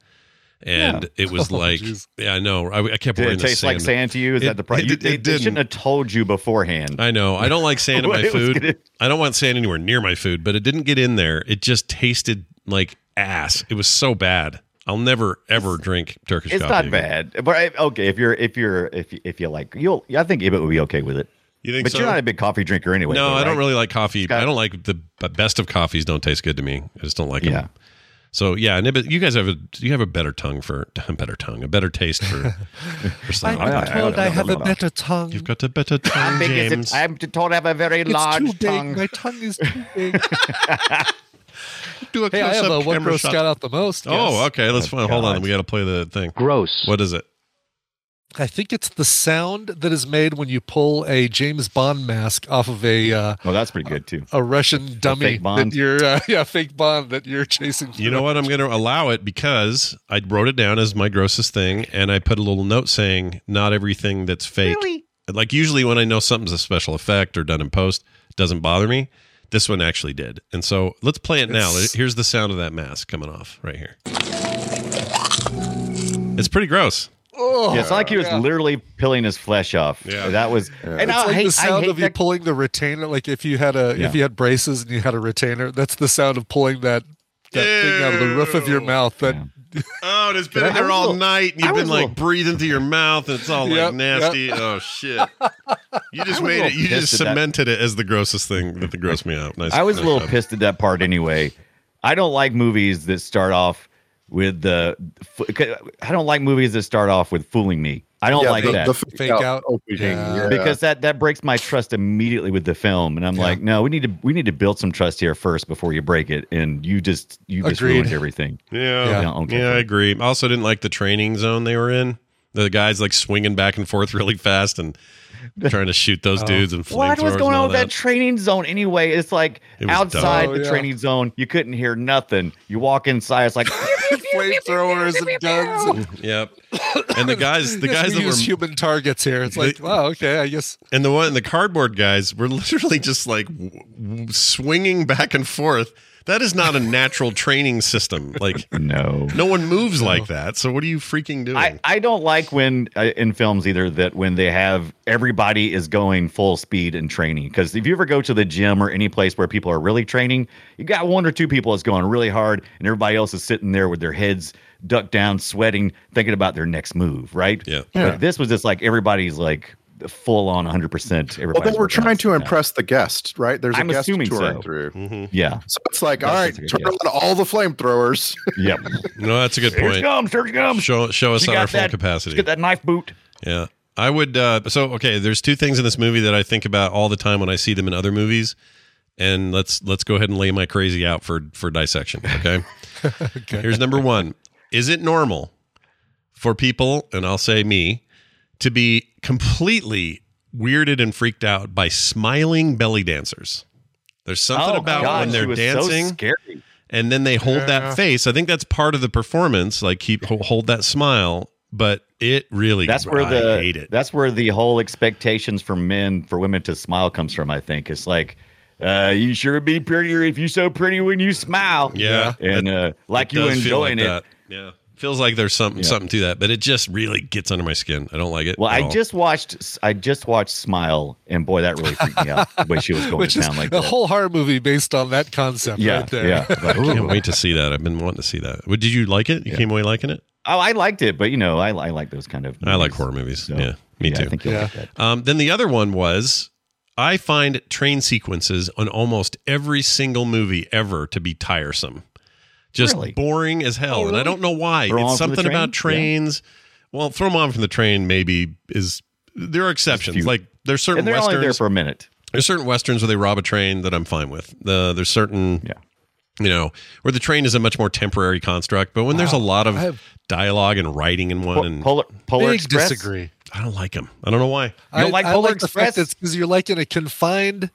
D: And it was
F: Oh,
D: like,
F: jeez.
D: yeah, I know. I, I kept
E: Did
D: wearing
E: it
D: the
E: taste like sand to you? Is
D: It-
E: that the problem?
D: it-
E: You-
D: it
E: they, they
D: didn't.
E: shouldn't have told you beforehand.
D: I know. I don't like sand in
E: What
D: my
E: it was
D: food.
E: gonna-
D: I don't want sand anywhere near my food, but it didn't get in there. It just tasted like ass. It was so bad. I'll never ever drink Turkish
E: it's
D: coffee.
E: not
D: again.
E: bad, but I, okay. If you're if you're if you, if you like you'll, I think Ibbot would be okay with it.
D: You think
E: But
D: so?
E: you're not a big coffee drinker anyway.
D: no,
E: though,
D: I don't
E: right?
D: really like coffee.
E: got-
D: I don't like the b- best of coffees. Don't taste good to me. I just don't like
E: Yeah.
D: them. So yeah, and it, you guys have a you have a better tongue for a better tongue, a better taste for. for
F: I'm
D: sound.
E: I- I-
F: told I,
E: I-
F: have a
E: I-
F: better tongue.
D: You've got a better
E: How
D: tongue,
E: big is
D: James.
E: it? I'm told I have a very
F: it's
E: large
F: too big.
E: tongue.
F: My tongue is too big.
D: Do a
F: hey, I have
D: close-up
F: a what
D: camera
F: gross
D: shot.
F: got out the most.
D: Oh,
F: yes.
D: okay. Let's find. Hold on.
E: God.
D: We got to play the thing.
H: Gross.
D: What is it?
F: I think it's the sound that is made when you pull a James Bond mask off of a uh,
E: Oh, that's pretty good too.
F: a Russian dummy that
E: Bond.
F: you're uh, yeah fake Bond that you're chasing.
D: You know what? I'm going to allow it because I wrote it down as my grossest thing, and I put a little note saying, "Not everything that's fake." Like usually, when I know something's a special effect or done in post, it doesn't bother me. This one actually did, and so let's play it now.
F: It's-
D: Here's the sound of that mask coming off right here. It's pretty gross.
F: Oh,
E: Yeah, it's not like he was
F: yeah.
E: literally peeling his flesh off.
D: Yeah.
E: That was, and
F: It's
E: I
F: like
E: hate,
F: the
E: I
F: sound
E: hate
F: of you
E: that.
F: pulling the retainer. Like if you had a
E: Yeah.
F: if you had braces and you had a retainer, that's the sound of pulling that that thing out of the roof of your
D: Ew.
F: mouth. That
E: Yeah.
D: Oh, and it's been
E: I-
D: in there
E: I was a
D: all
E: little-
D: night, and
E: I
D: you've
E: was
D: been
E: a
D: like
E: little-
D: breathing through your mouth, and it's all
F: Yep,
D: like nasty. Oh shit! You
E: was
D: just
E: a
D: made it.
E: little
D: You just
E: pissed at that.
D: cemented it as the grossest thing that grossed me out. Nice.
E: I was a
D: nice
E: little
D: job.
E: pissed at that part anyway. I don't like movies that start off with the. I don't like movies that start off with fooling me. I don't like
G: the,
E: that
G: The fake,
F: Fake
G: out,
F: out.
G: opening.
F: Yeah.
G: yeah.
E: because that that breaks my trust immediately with the film, and I'm
F: Yeah.
E: like, no, we need to we need to build some trust here first before you break it, and you just you just
F: Agreed.
E: ruined everything.
D: Yeah. Yeah,
F: Yeah.
E: Yeah, okay.
D: I agree. I also didn't like the training zone they were in. The guys like swinging back and forth really fast and trying to shoot those dudes and
E: Oh. What
D: flamethrowers.
E: was going
D: and all
E: on with that. training zone anyway? It's like
D: It was
E: outside
F: dumb.
E: the
F: Oh, yeah.
E: training zone, you couldn't hear nothing. You walk inside, it's like
F: flamethrowers and guns.
D: Yep. And the guys, the guys
F: we
D: that
F: use
D: were
F: human targets here. It's like
D: They-
F: wow, okay, I guess
D: and the one the cardboard guys were literally just like w- w- swinging back and forth. That is not a natural training system. Like
E: no.
D: no one moves like that. So what are you freaking doing?
E: I, I don't like when uh, in films either that when they have everybody is going full speed in training because if you ever go to the gym or any place where people are really training you got one or two people that's going really hard and everybody else is sitting there with their heads ducked down sweating thinking about their next move right
D: Yeah.
E: But this was just like everybody's like full on 100%
G: Well,
E: everybody
G: they were trying to impress the guest, right? There's a
E: I'm
G: guest
E: assuming
G: touring
E: so.
G: through.
E: yeah
G: So it's like, all right,
E: That's a
G: turn
E: good
G: on all the flamethrowers.
E: yep
D: no, that's a good
E: here she
D: point.
E: comes here she comes
D: Show show us
E: She
D: on our
E: got
D: full
E: that-
D: capacity.
E: let's get that knife boot
D: Yeah. I would uh so okay, there's two things in this movie that I think about all the time when I see them in other movies. And let's let's go ahead and lay my crazy out for for dissection, okay?
F: okay.
D: Here's number 1. Is it normal for people, and I'll say me, to be completely weirded and freaked out by smiling belly dancers? There's something
E: oh
D: about
E: God,
D: when
E: she
D: they're
E: was
D: dancing
E: so scary
D: and then they hold that face. I think that's part of the performance, like keep ho- hold that smile, but it really
E: That's where
D: I
E: the
D: hate it.
E: that's where the whole expectations for men for women to smile comes from. I think it's like uh, you sure be prettier if you so pretty when you smile.
D: Yeah.
E: and uh, like you
D: does feel
E: enjoying
D: like
E: it.
D: That. Yeah. Feels like there's something something to that, but it just really gets under my skin. I don't like it.
E: Well,
D: at
E: I
D: all.
E: just watched I just watched Smile, and boy, that really freaked me out the way she was going
F: Which
E: to
F: is
E: town like
F: a
E: that.
F: whole horror movie based on that concept
E: yeah,
F: right there.
E: yeah. Like,
D: can't
E: ooh.
D: wait to see that. I've been wanting to see that. Well, Did you like it? You came away liking it?
E: oh, I liked it, but you know, I, I like those kind of.
D: I like
E: movies.
D: horror movies.
E: So,
D: yeah, me
E: yeah,
D: too.
E: I think you'll like that.
D: Um, then the other one was I find train sequences on almost every single movie ever to be tiresome, just
E: Really?
D: boring as hell. And I don't know why.
E: Throw 'em
D: it's
E: on from the
D: something
E: train?
D: about
E: Yeah.
D: trains. Well, throw 'em on from the train maybe is there are exceptions.
E: few.
D: Like there's certain
E: And they're
D: westerns.
E: only there for a minute.
D: there's certain westerns where they rob a train that I'm fine with. The there's certain
E: Yeah.
D: you know where the train is a much more temporary construct. But when there's a lot of
F: I have-
D: dialogue and writing in one,
E: Po-
D: and
E: Polar, Polar
F: Big
E: Express.
F: disagree.
D: I don't like them. I don't know why.
E: don't like Polar Express?
F: it's because you're like in a confined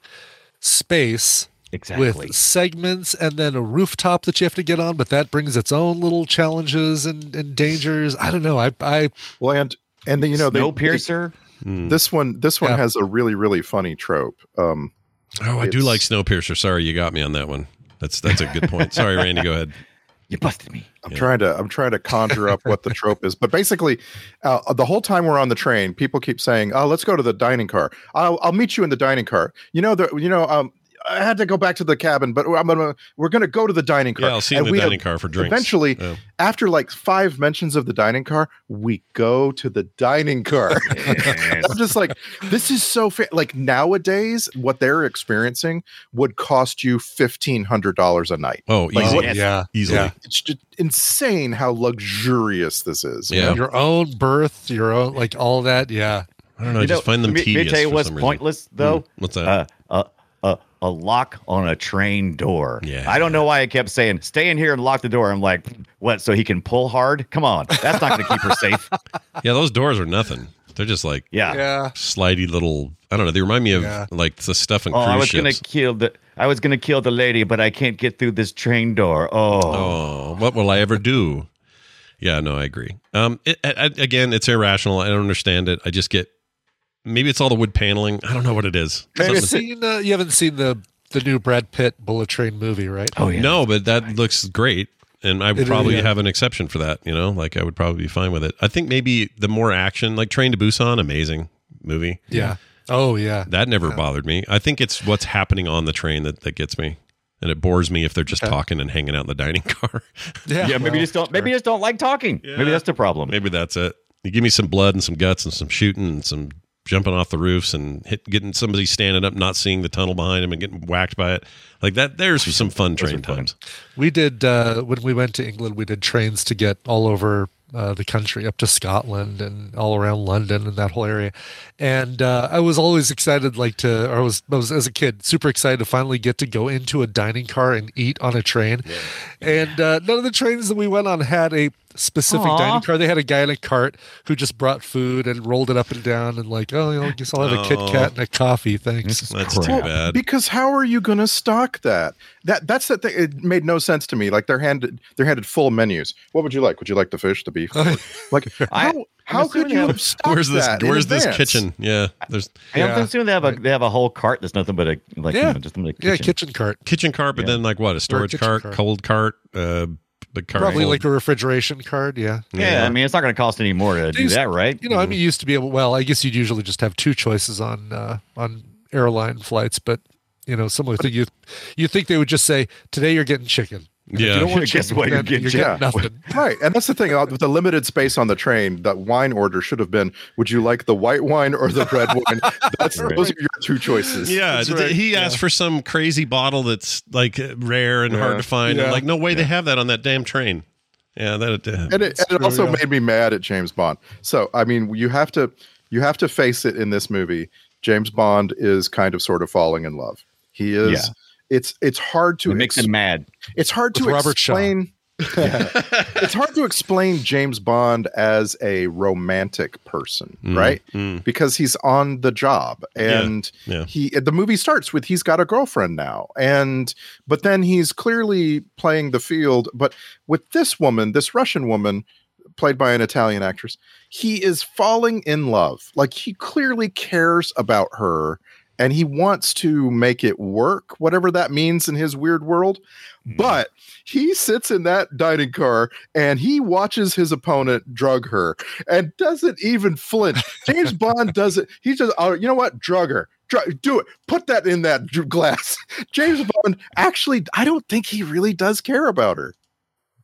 F: space
E: Exactly.
F: with segments and then a rooftop that you have to get on, but that brings its own little challenges and, and dangers. I don't know. I I
G: Well, and and then, you know, they,
E: Snowpiercer.
D: Mm.
G: this one this one
F: Yeah.
G: has a really really funny trope. Um,
D: Oh, I do
G: It's-
D: like Snowpiercer. Sorry, you got me on that one. That's that's a good point. Sorry, Randy. Go ahead.
E: you busted me.
G: I'm
D: Yeah.
G: trying to I'm trying to conjure up what the trope is, but basically, uh, the whole time we're on the train, people keep saying, "Oh, let's go to the dining car. I'll I'll meet you in the dining car." You know, the you know, um, I had to go back to the cabin, but I'm gonna we're gonna go to the dining car.
D: Yeah, I'll see you in
G: And
D: the
G: we have-
D: dining car for drinks.
G: Eventually,
D: Yeah.
G: after like five mentions of the dining car, we go to the dining car.
E: Yes.
G: I'm just like, this is so fa- like nowadays, what they're experiencing would cost you fifteen hundred dollars a night.
D: Oh,
G: Like,
D: easy,
G: what-
F: yeah.
D: easily.
F: yeah.
G: It's just insane how luxurious this is.
D: Yeah.
F: Your own birth, your own like all that. Yeah.
D: I don't know. I
E: You
D: just
E: know,
D: find them
E: let me,
D: tedious.
E: Let me tell you
D: for
E: what's
D: some reason.
E: pointless, though.
D: Mm. What's that?
E: Uh, a, a, a lock on a train door.
D: Yeah.
E: I don't know why I kept saying, stay in here and lock the door. I'm like, what? So he can pull hard? Come on. That's not going to keep her safe.
D: yeah, those doors are nothing. They're just like
E: Yeah.
F: Yeah.
D: slidey little. I don't know. They remind me of
F: Yeah.
D: like the stuff in
E: Oh, I
D: cruise
E: was going
D: ships.
E: to kill the. I was gonna kill the lady, but I can't get through this train door. Oh,
D: Oh, what will I ever do? Yeah, no, I agree. Um, it, I, I- again, it's irrational. I don't understand it. I just get maybe it's all the wood paneling. I don't know what it is.
F: Have you
D: Something-
F: seen uh, you haven't seen the the new Brad Pitt Bullet Train movie, right?
E: oh yeah.
D: No, but that looks great. And I would
F: It-
D: probably
F: yeah.
D: have an exception for that, you know? Like I would probably be fine with it. I think maybe the more action, like Train to Busan, amazing movie.
F: Yeah. Oh yeah.
D: That never bothered me. I think it's what's happening on the train that, that gets me. And it bores me if they're just
F: Okay.
D: talking and hanging out in the dining car.
E: Yeah, maybe
F: well,
E: just don't. Maybe just don't like talking. Maybe
D: Yeah.
E: that's the problem.
D: maybe that's it. You give me some blood and some guts and some shooting and some jumping off the roofs and hit, getting somebody standing up, not seeing the tunnel behind him and getting whacked by it. Like that, there's some fun train
E: fun.
D: times.
F: We did uh, when we went to England. We did trains to get all over uh, the country, up to Scotland and all around London and that whole area. And uh, I was always excited, like to, or I was, I was as a kid, super excited to finally get to go into a dining car and eat on a train. And uh, none of the trains that we went on had a specific
E: Aw.
F: dining car. They had a guy in a cart who just brought food and rolled it up and down and like, oh, you know, I guess I'll have a Kit
D: Oh.
F: Kat and a coffee, thanks.
D: That's
E: crap.
D: too
E: Well,
D: bad.
G: Because how are you going to stock that? That that's the thing. It made no sense to me. Like they're handed they're handed full menus. What would you like? Would you like the fish, the beef? like
E: I-
G: how how
E: I'm
G: could
E: assuming
G: you
E: they have-
G: have stocked
D: Where's this?
G: that in
D: Where's this
G: advance?
D: kitchen? Yeah, there's
E: I
F: Yeah.
E: am assuming they have a they have a whole cart that's nothing but a like you
F: Yeah.
E: know, just a kitchen.
F: Yeah, kitchen cart.
D: kitchen cart, but
E: Yeah.
D: then like what? A storage
F: kitchen
D: cart,
F: cart.
D: cold cart, uh, the cart.
F: Probably
D: full-
F: like a refrigeration cart. Yeah.
E: Yeah, I mean it's not going to cost any more to do
F: These-
E: that, right?
F: you know, I'm used to be able. Well, I guess you'd usually just have two choices on uh, on airline flights, but you know, similar thing. You you think they would just say today you're getting chicken? And if
D: Yeah.
F: you don't want
E: Guess
F: chicken,
E: what? You're
F: then
E: getting
G: chicken.
F: nothing.
G: Right, and that's the thing uh, with the limited space on the train. That wine order should have been: Would you like the white wine or the red wine? That's
E: Right.
G: those are your two choices.
D: Yeah,
F: That's
D: th- th-
F: right.
D: he
F: Yeah.
D: asked for some crazy bottle that's like uh, rare and hard
G: Yeah.
D: to find. And
F: Yeah.
D: like, no way they have that on that damn train. Yeah, that. Uh,
G: and it, and it
F: true,
G: also
F: yeah.
G: made me mad at James Bond. So I mean, you have to you have to face it in this movie. James Bond is kind of sort of falling in love. He is.
E: Yeah.
G: It's it's hard to
E: It makes
G: ex-
E: him mad.
G: it's hard to
F: With Robert Shaw.
G: explain. it's hard to explain James Bond as a romantic person,
D: mm,
G: right?
D: mm.
G: Because he's on the job
D: Yeah,
G: and
D: yeah.
G: he the movie starts with he's got a girlfriend now and but then he's clearly playing the field but with this woman, this Russian woman played by an Italian actress, he is falling in love. Like he clearly cares about her and he wants to make it work, whatever that means in his weird world.
D: Mm-hmm.
G: But he sits in that dining car and he watches his opponent drug her and doesn't even flinch. James Bond doesn't. He just, oh, you know what? Drug her. Drug, do it. Put that in that dr- glass. James Bond actually, I don't think he really does care about her.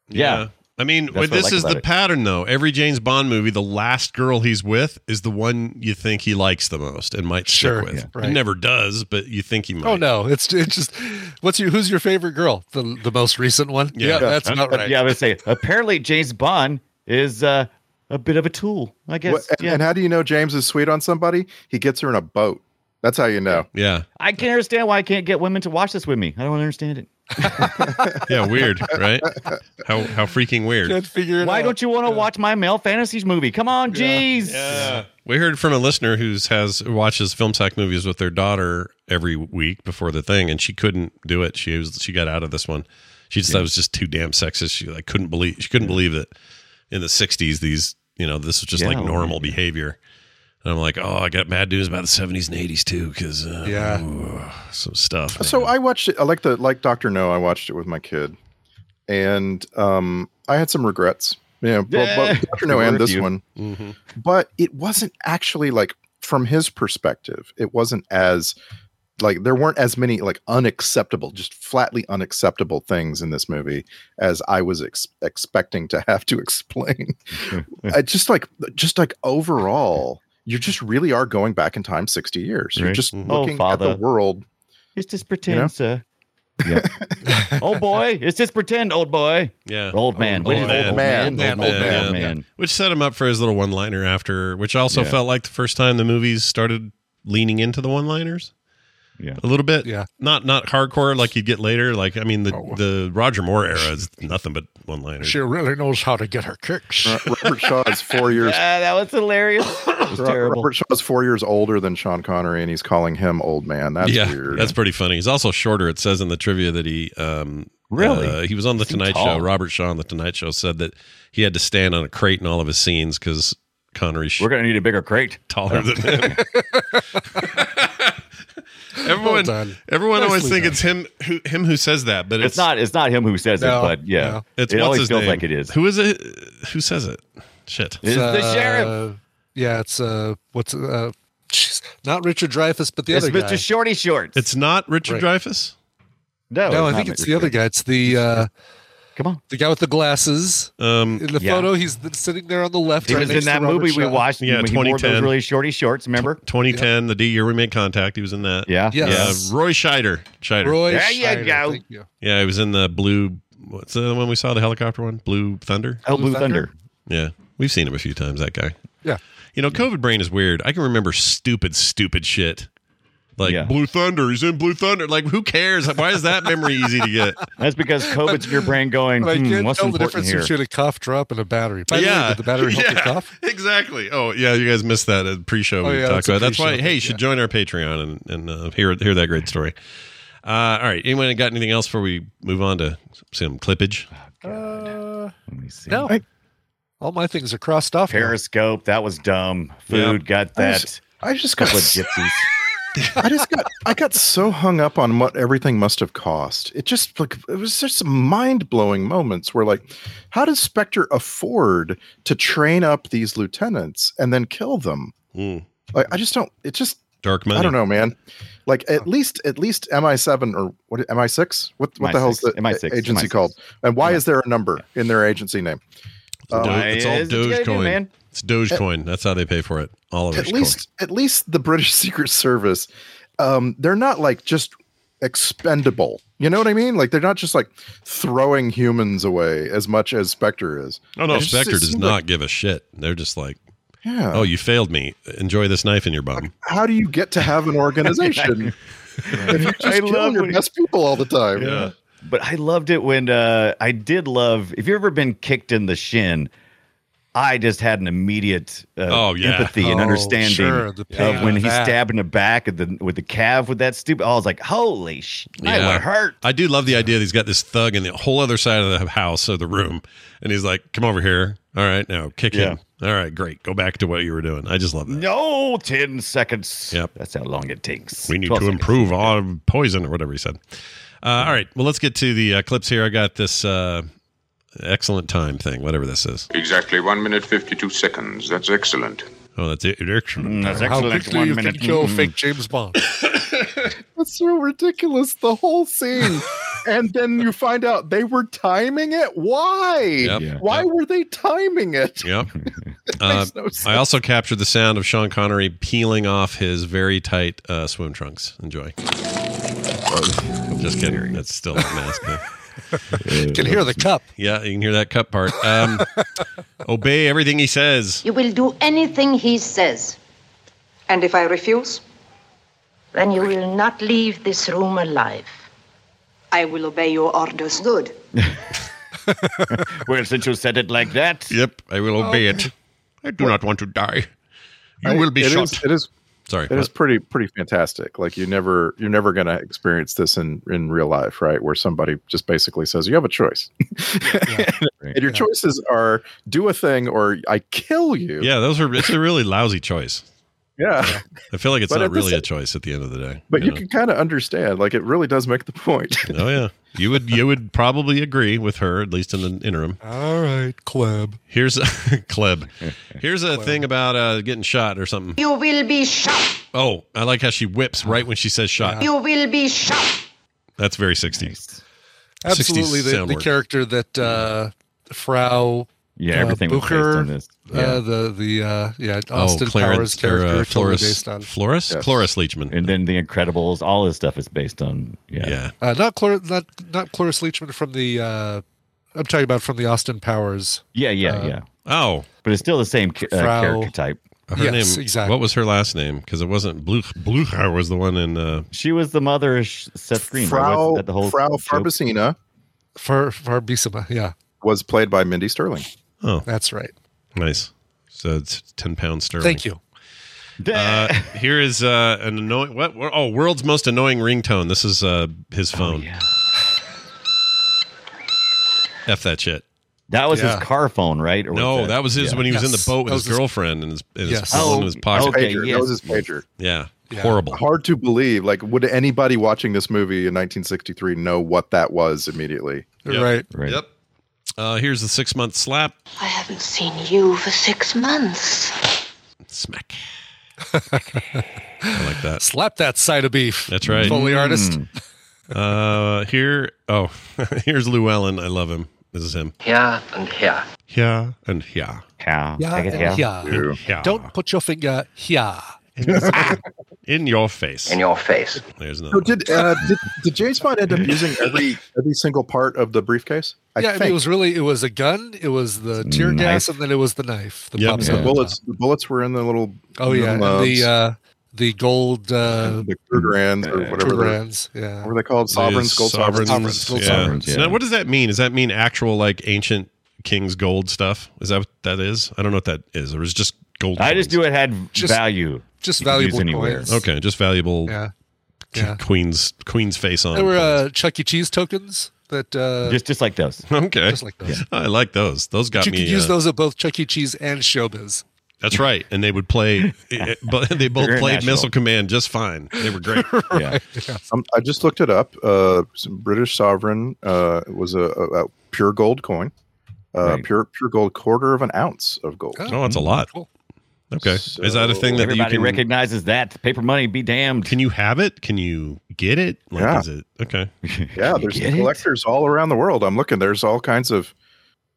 E: Yeah.
D: I mean,
E: That's what I
D: this
E: like
D: is
E: about
D: the
E: it.
D: pattern, though. Every James Bond movie, the last girl he's with is the one you think he likes the most and might
F: Sure,
D: stick with.
F: yeah, right.
D: He never does, but you think he might.
F: Oh no, it's it's just what's your who's your favorite girl? The the most recent one?
D: Yeah.
F: Yeah, that's not
E: But
F: right.
E: yeah, I would say apparently James Bond is uh, a bit of a tool. I guess.
G: What- and,
E: yeah.
G: and how do you know James is sweet on somebody? He gets her in a boat. That's how you know.
D: Yeah.
E: I can't understand why I can't get women to watch this with me. I don't understand it.
D: Yeah. Weird, right? How how freaking weird.
F: Can't figure it
E: Why
F: out.
E: don't you want to watch my male fantasies movie? Come on, jeez.
D: Yeah. We heard from a listener who's has watches film sack movies with their daughter every week before the thing, and she couldn't do it. She was she got out of this one. She just thought it was just too damn sexist. She like couldn't believe she couldn't believe that in the '60s these you know this was just
E: Yeah,
D: like
E: well,
D: normal behavior. And I'm like, oh, I got bad news about the '70s and '80s too, because uh,
F: Yeah.
D: ooh, some stuff.
G: So
D: man.
G: I watched it. I like the like Doctor No. I watched it with my kid, and um, I had some regrets. Yeah, both,
E: Yeah.
G: Doctor No and
E: Were
G: this
E: you?
G: one,
E: Mm-hmm.
D: Mhm.
G: but it wasn't actually like from his perspective. It wasn't as like there weren't as many like unacceptable, just flatly unacceptable things in this movie as I was ex- expecting to have to explain. I just like just like overall. You just really are going back in time 60 years. You're
E: Right.
G: just
D: Mhm.
E: Oh,
G: looking at the
E: Father.
G: world
E: It's just pretend, sir. Yeah. oh boy, it's just pretend, old boy.
D: yeah,
E: Old man.
D: old,
E: what is it?
D: man.
G: old man,
E: Old
D: old
E: man.
D: man, yeah.
E: Old man.
D: which set him up for his little one-liner after, which also
E: Yeah.
D: felt like the first time the movies started leaning into the one-liners.
E: Yeah.
D: a little bit.
F: Yeah.
D: not not hardcore like you'd get later. Like I mean, the
A: Oh.
D: the Roger Moore era is nothing but one-liners.
F: really knows how to get her kicks.
G: Uh, Robert Shaw is four years.
E: Ah, that was hilarious. It was
G: Ro-
E: terrible.
G: Robert Shaw is four years older than Sean Connery, and he's calling him old man. That's
D: yeah,
G: weird.
D: that's pretty funny. He's also shorter. It says in the trivia that he um
E: Really?
D: uh, he was on the
E: Is he
D: Tonight Show.
E: tall?
D: Robert Shaw on the Tonight Show said that he had to stand on a crate in all of his scenes because Connery's
E: We're gonna need a bigger crate.
D: taller than him. everyone,
F: done.
D: everyone always
F: Nicely
D: think
F: done.
D: it's him who him who says that, but
E: It's,
D: it's,
E: not. It's not him who says
F: No,
E: it, but yeah,
F: no.
D: It's
E: it
D: what's
E: always
D: his
E: feels
D: name?
E: like it is.
D: Who is it? Who says it? Shit.
E: It's the sheriff.
F: Uh, yeah, it's uh, what's uh, jeez, not Richard Dreyfuss, but the
E: It's
F: other
E: Mr.
F: guy.
E: Shorty Shorts.
D: It's not Richard Dreyfus.
E: no.
F: no, I
E: not
F: think
E: Mr.
F: it's the other
E: Shorty.
F: guy. It's the uh,
E: Come on.
F: the guy with the glasses
D: Um,
F: in the
E: Yeah.
F: photo. He's th- sitting there on the left.
E: He
F: right
E: was in
F: next to
E: that
F: Robert
E: movie we
F: Shaw.
E: watched.
D: Yeah,
E: he wore those
D: 2010.
E: really shorty shorts. Remember?
D: 2010, the D year we made contact. He was in that.
E: Yeah.
F: Yeah. Yes.
D: Yeah, Roy Scheider. Scheider.
F: Roy
E: There you
F: Scheider,
E: go.
F: Thank you.
D: Yeah, he was in the blue. What's the other one we saw? The helicopter one? Blue Thunder?
E: Oh,
F: Blue
E: Blue Thunder.
D: Yeah. We've seen him a few times, that guy.
F: Yeah.
D: You know, COVID brain is weird. I can remember stupid, stupid shit. Like
E: Yeah.
D: Blue Thunder. He's in Blue Thunder. Like, who cares? Why is that memory easy to get?
E: That's because COVID's in your brain going.
F: But I
E: "Hmm,
F: can't
E: what's
F: tell the
E: important
F: difference
E: here?
F: between a cough drop and a battery. By the way, did the battery help
D: yeah,
F: the cough?
D: Exactly. Oh, yeah. You guys missed that at pre-show.
F: Oh,
D: we
F: yeah,
D: talked
F: that's a
D: about. That's
F: pre-show,
D: why. Hey, you should
F: yeah.
D: join our Patreon and and uh, hear hear that great story. Uh, all right. Anyone got anything else before we move on to some clippage?
F: Uh,
E: Let me see.
F: no. All my things are crossed off. now.
E: Periscope. That was dumb.
D: Yeah.
E: Food got
G: I
E: that.
G: just, I just got.
E: Couple of gypsies.
G: I just got. I got so hung up on what everything must have cost. It just like it was just some mind blowing moments where like, how does Spectre afford to train up these lieutenants and then kill them?
D: Hmm.
G: Like I just don't. It just.
D: Dark money.
G: I don't know, man. Like at least at least MI7 or what MI6? What what the hell's the
E: MI6, MI6.
G: agency called? And why is there a number in their agency name?
E: Uh,
D: It's, Do- it's
G: Um,
D: all
E: Is what you gotta do,
D: Dogecoin.
E: man.
D: It's Dogecoin. That's how they pay for it. All of it.
G: at least at least the British Secret Service, um, they're not like just expendable. You know what I mean? Like they're not just like throwing humans away as much as Spectre is.
D: Oh no,
G: It's just-
D: Spectre
G: it
D: does
G: seems
D: not
G: like-
D: give a shit. They're just like,
G: yeah.
D: oh, you failed me. Enjoy this knife in your bum.
G: How do you get to have an organization if you just
E: I
G: kill
E: love
G: your
E: when-
G: best people all the time?
D: Yeah.
E: But I loved it when uh, I did love. If you've ever been kicked in the shin, I just had an immediate uh,
D: Oh, yeah.
E: empathy and
F: Oh,
E: understanding
F: sure, the pain
E: of when
F: of
E: he
F: that.
E: stabbed in the back of the, with the calf with that stupid. I was like, holy shit,
D: Yeah.
E: I would hurt.
D: I do love the idea that he's got this thug in the whole other side of the house or the room, and he's like, "Come over here. All right, now kick him. All right, great. Go back to what you were doing. I just love that.
E: No, ten seconds.
D: Yep.
E: that's how long it takes.
D: We need
E: 12
D: to
E: seconds.
D: improve on poison or whatever he said. Uh, all right, well, let's get to the uh, clips here. I got this uh, excellent time thing, whatever this is.
H: Exactly one minute fifty-two seconds. That's excellent.
D: Oh, that's it. Excellent.
E: Mm, that's
F: How
E: excellent.
F: quickly
E: One
F: you
E: minute.
F: can kill
E: Mm.
F: fake James Bond.
G: That's so ridiculous. The whole scene. and then you find out they were timing it. Why?
D: Yep.
E: Yeah.
G: Why
D: Yep.
G: were they timing it?
D: Yep. Uh,
G: Makes no sense.
D: I also captured the sound of Sean Connery peeling off his very tight uh, swim trunks. Enjoy. Just kidding. That's still a mask. though.
F: You can hear the cup.
D: Yeah, you can hear that cut part. Um, obey everything he says.
I: You will do anything he says,
J: And if I refuse,
I: then you will not leave this room alive.
J: I will obey your orders. Good.
E: Well, since you said it like that,
F: Oh.
D: Yep, I will obey it. I do not want to die. You will be
G: It is-
D: shot.
G: it is
D: Sorry.
G: it is
D: what?
G: pretty pretty fantastic. Like you never you're never gonna experience this in in real life, right? Where somebody just basically says you have a choice, and your choices are do a thing or I kill you.
D: yeah, those are. It's a really lousy choice.
G: yeah.
D: I feel like it's
G: But
D: not
G: at the
D: really
G: sa-
D: a choice at the end of the day.
G: But you
D: know?
G: can kind of understand. Like it really does make the point.
D: Oh yeah, you would. You would probably agree with her at least in the interim.
F: All right, Cleb.
D: Here's Kleb. Here's a thing about uh, getting shot or something.
J: You will be shot.
D: Oh, I like how she whips right when she says shot.
J: You will be shot.
D: That's very 60s.
F: Absolutely,
D: 60s
F: the,
D: sound
F: the
D: word.
F: character that uh, Frau,
E: Yeah,
F: Uh,
E: everything was based
F: Booker,
E: on this. Yeah. Oh,
F: uh, the the uh, yeah Austin
D: or,
F: Powers character,
D: Oh, uh,
F: totally
D: Floris,
F: based on
D: Floris,
G: Yes.
D: Cloris Leachman.
E: and then The Incredibles, all this stuff is based on.
D: yeah.
E: Yeah.
F: uh, not Clor- not not Cloris Leachman from the uh, I'm talking about from the Austin Powers.
E: Yeah, yeah,
F: Uh,
E: yeah.
D: Oh,
E: But it's still the same ca-
F: Frau-
E: uh, character type.
D: her
F: Yes,
D: name.
F: exactly.
D: What was her last name? Because it wasn't Bluch. Blucher was the one in. Uh,
E: She was the mother of Sh- Seth Green. right? Wasn't
G: Frau
E: that the whole
G: Frau
E: joke?
G: Farbacina
F: Far Farbissima, yeah,
G: was played by Mindy Sterling.
D: oh,
F: that's right.
D: nice. So it's ten pounds sterling.
F: Thank you.
D: Uh, here is uh, an annoying. What? what- Oh, world's most annoying ringtone. This is uh, his phone.
E: Oh, yeah.
D: F that shit.
E: That was
F: Yeah.
E: his car phone, right? Or was
D: No, that was his
E: yeah.
D: when he was in the
F: Yes.
D: boat with
F: That
D: his
F: was his-
D: girlfriend and his, and his
F: Yes.
D: phone
E: Oh,
D: in his pocket.
E: Okay,
G: pager.
E: yes.
G: That was his pager.
D: Yeah.
F: Yeah.
D: horrible.
G: Hard to believe. Like, would anybody watching this movie in 1963 know what that was immediately?
D: Yep.
F: Right.
E: Right.
D: Yep. Uh, here's the six month slap.
I: I haven't seen you for six months.
D: Smack. I like that.
F: Slap that side of beef.
D: That's right.
F: Foley artist.
D: Uh, here. Oh, here's Llewellyn. I love him. This is him.
K: Yeah, and here.
D: Yeah and yeah.
E: Yeah.
F: Yeah,
E: Take it, yeah.
F: and yeah.
D: Yeah.
F: Don't put your finger here.
D: in your face.
K: In your face.
D: There's
G: So
D: another. one.
G: did uh, did, did James Bond end up using every every single part of the briefcase? I
F: yeah, I mean,
G: think.
F: it was really it was a gun, it was the tear
E: Knife.
F: gas, and then it was the knife. The
D: Yep.
F: pops
E: Yeah.
F: on
G: the
F: top.
G: bullets. The bullets were in the little.
F: Oh yeah, and
G: gloves,
F: the uh, the gold uh,
G: the Kurgans or whatever
F: two
G: they're-
F: brands. Yeah,
G: What were they called? Sovereigns,
D: Is
G: gold sovereigns.
F: sovereigns, gold
D: yeah.
E: sovereigns,
D: So
E: yeah.
D: now what does that mean? Does that mean actual like ancient king's gold stuff? Is that what that is? I don't know what that is. Or is it just gold?
E: I just
D: coins?
E: knew it had
F: Just-
E: value.
F: just
E: You could use
F: valuable
E: anywhere.
F: coins.
D: Okay, just valuable
F: Yeah,
D: k-
F: yeah.
D: queen's queen's face on.
F: There were
D: coins.
F: uh, Chuck E. Cheese tokens that uh,
E: Just
F: just,
E: just like those.
D: okay,
F: like those.
D: I like those. Those got
F: You
D: me.
F: could use
D: uh,
F: those at both Chuck E. Cheese and Showbiz.
D: That's right. And they would play, but they both
E: They're
D: played
E: international.
D: Missile Command just fine. They were great. Oh,
E: Yeah.
G: Um, I just looked it up. Uh, some British sovereign uh, was a, a, a pure gold coin, uh,
E: Right.
G: pure pure gold, quarter of an ounce of gold.
F: Oh.
D: Oh, that's a lot.
F: Cool.
D: Okay. Is that a thing that you
E: Everybody
D: can
E: recognizes that. Paper money, be damned.
D: Can you have it? Can you get it? Like,
G: Yeah.
D: Is it okay?
G: Yeah,
E: You
G: there's
E: get it?
G: collectors all around the world. I'm looking. There's all kinds of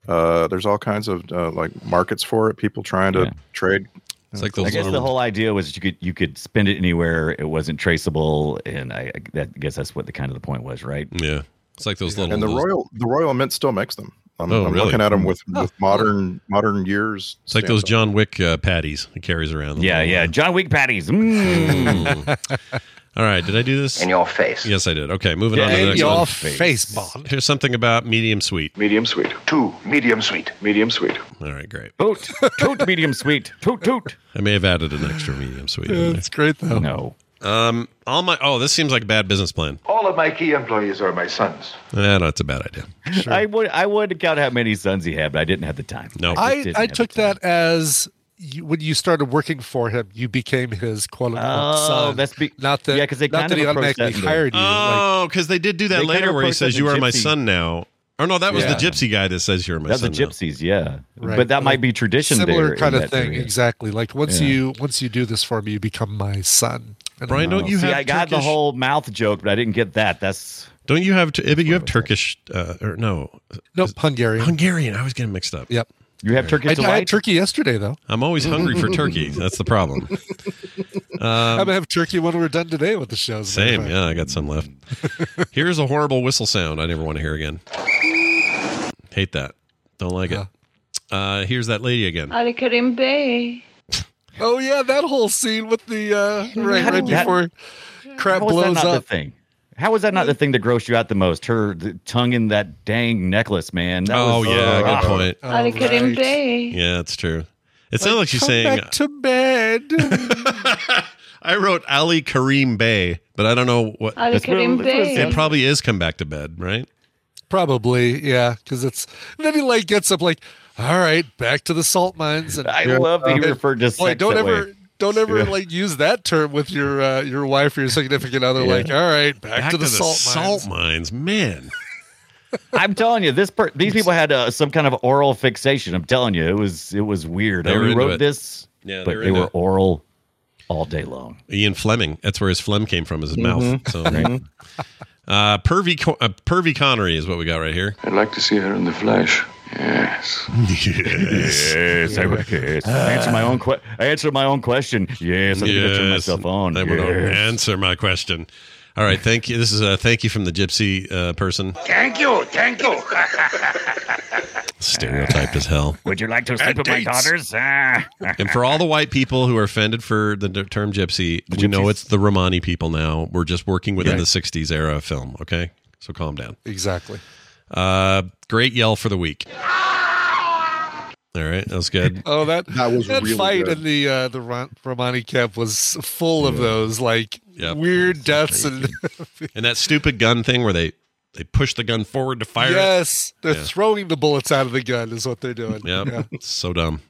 G: uh, there's all kinds of uh, like markets for it. People trying to
E: Yeah.
G: trade.
D: It's like
E: I
D: those.
E: guess the
D: little-
E: whole idea was that you could you could spend it anywhere. It wasn't traceable, and I, I that, I guess that's what the kind of the point was, right?
D: yeah. It's like those little.
G: and the
D: those-
G: royal the royal mint still makes them. I'm,
D: Oh,
G: I'm
D: really?
G: looking at them with,
F: Oh.
G: with modern modern years.
D: It's like those
G: stamped on
D: John Wick uh, patties he carries around.
E: Yeah,
D: Little,
E: yeah.
D: uh,
E: John Wick patties. Mm.
D: mm. All right. Did I do this?
K: In your face.
D: Yes, I did. Okay. Moving on to
E: Yeah,
D: the
F: In
D: next
F: your
D: one.
F: face, Bond.
D: Here's something about medium sweet.
H: Medium sweet. Two. Medium sweet. Medium sweet.
D: All right. Great.
E: Toot, toot, medium sweet. Toot, toot.
D: I may have added an extra medium sweet. in
F: It's great though.
E: No.
D: there. Um. All my. Oh, this seems like a bad business plan.
K: All of my key employees are my sons.
D: Eh, no, it's a bad idea.
E: I would I would count how many sons he had, but I didn't have the time.
D: No.
E: just
F: I,
E: didn't
F: I
E: have the
F: took
E: time.
F: that as you, when you started working for him, you became his quote unquote
E: Oh,
F: son.
E: that's be-
F: not that
E: yeah, 'cause they kind
F: not that
E: of
F: he
E: approached
F: automatically
E: that in the-
F: hired you. like,
D: Oh, because they did do that
E: They
D: later,
E: kind of
D: where he
E: approached
D: says,
E: it
D: "You
E: in
D: are my
E: Gypsy.
D: son now." Or no, that was
E: Yeah.
D: the gypsy guy that says, "You're my
E: That's the
D: son." now.
E: gypsies, yeah.
F: Right.
E: But that
F: Like,
E: might be tradition
F: similar
E: there
F: kind
E: in
F: of
E: that
F: thing
E: period.
F: exactly like once
E: Yeah.
F: you once you do this for me you become my son And
D: Brian, don't you
E: Oh. See,
D: have?
E: I got the
D: Turkish-
E: whole mouth joke, but I didn't get that. That's
D: Don't you have? But you have Turkish uh, or no
F: nope hungarian
D: Hungarian? I was getting mixed up.
F: yep
E: you have
F: I,
E: Turkish
F: I had
E: delight.
F: turkey yesterday though
D: I'm always hungry for turkey. That's the problem. Um,
F: i'm gonna have turkey when we're done today with the shows
D: same. Yeah, I got some left. Here's a horrible whistle sound. I never want to hear again. Hate that. Don't like it. Uh, here's that lady again.
B: Ali Karim Bey.
F: oh yeah that whole scene with the uh right
E: How
F: right
E: did that-
F: before crap
E: How was that
F: blows
E: not
F: up
E: the thing? How was that not the thing that grossed you out the most? Her the tongue in that dang necklace, man. That
D: Oh
E: was,
D: yeah, good point.
F: All
B: Ali Karim
F: Oh, right.
B: Bey.
D: Yeah, that's true. It sounds like she's
F: Come
D: saying
F: back to bed.
D: I wrote Ali Kareem Bey, but I don't know what
B: Ali That's Karim what it was. Bey.
D: It probably is come back to bed, right?
F: Probably, yeah, because it's. Then he like gets up, like, all right, back to the salt mines. And
E: I love that he
F: Uh,
E: referred to sex
F: Boy, don't
E: that
F: ever,
E: way.
F: don't ever
E: Yeah.
F: like use that term with your uh, your wife or your significant other.
E: Yeah.
F: Like, all right, back, to the, salt,
D: mines.
F: mines.
D: man.
E: I'm telling you, this per- these people had uh, some kind of oral fixation. I'm telling you, it was it was weird.
D: They
E: I
D: were into
E: wrote
D: it.
E: this,
D: Yeah, they
E: but
D: were
E: they
D: into
E: were
D: it.
E: oral all day long.
D: Ian Fleming. That's where his phlegm came from, his mouth. So,
E: Mm-hmm. Right.
D: uh, pervy, Co- uh, pervy Connery is what we got right here.
H: I'd like to see her in the flesh. Yes.
E: Yes, I, yes. I answered my own que- I answered my own question. Yes, I yes. turned myself on.
D: They will not
E: Yes.
D: answer my question. All right, thank you. This is a thank you from the gypsy uh, person.
J: Thank you, thank you.
D: Stereotyped as hell.
E: Would you like to sleep with my daughters? Ah.
D: And for all the white people who are offended for the d- term gypsy, we know
E: gypsies.
D: it's the Romani people now. We're just working within
E: Yeah.
D: the 60s era of film, okay? So calm down.
F: Exactly.
D: Uh, great yell for the week. All right, that was good.
F: Oh, that
G: That was
F: that
G: really
F: fight
G: good.
F: in the uh, the Ron- Romani camp was full of those like
D: Yep.
F: weird deaths and
D: And that stupid gun thing where they they push the gun forward to fire. it.
F: yes, they're throwing the bullets out of the gun is what they're doing.
D: Yep. So dumb.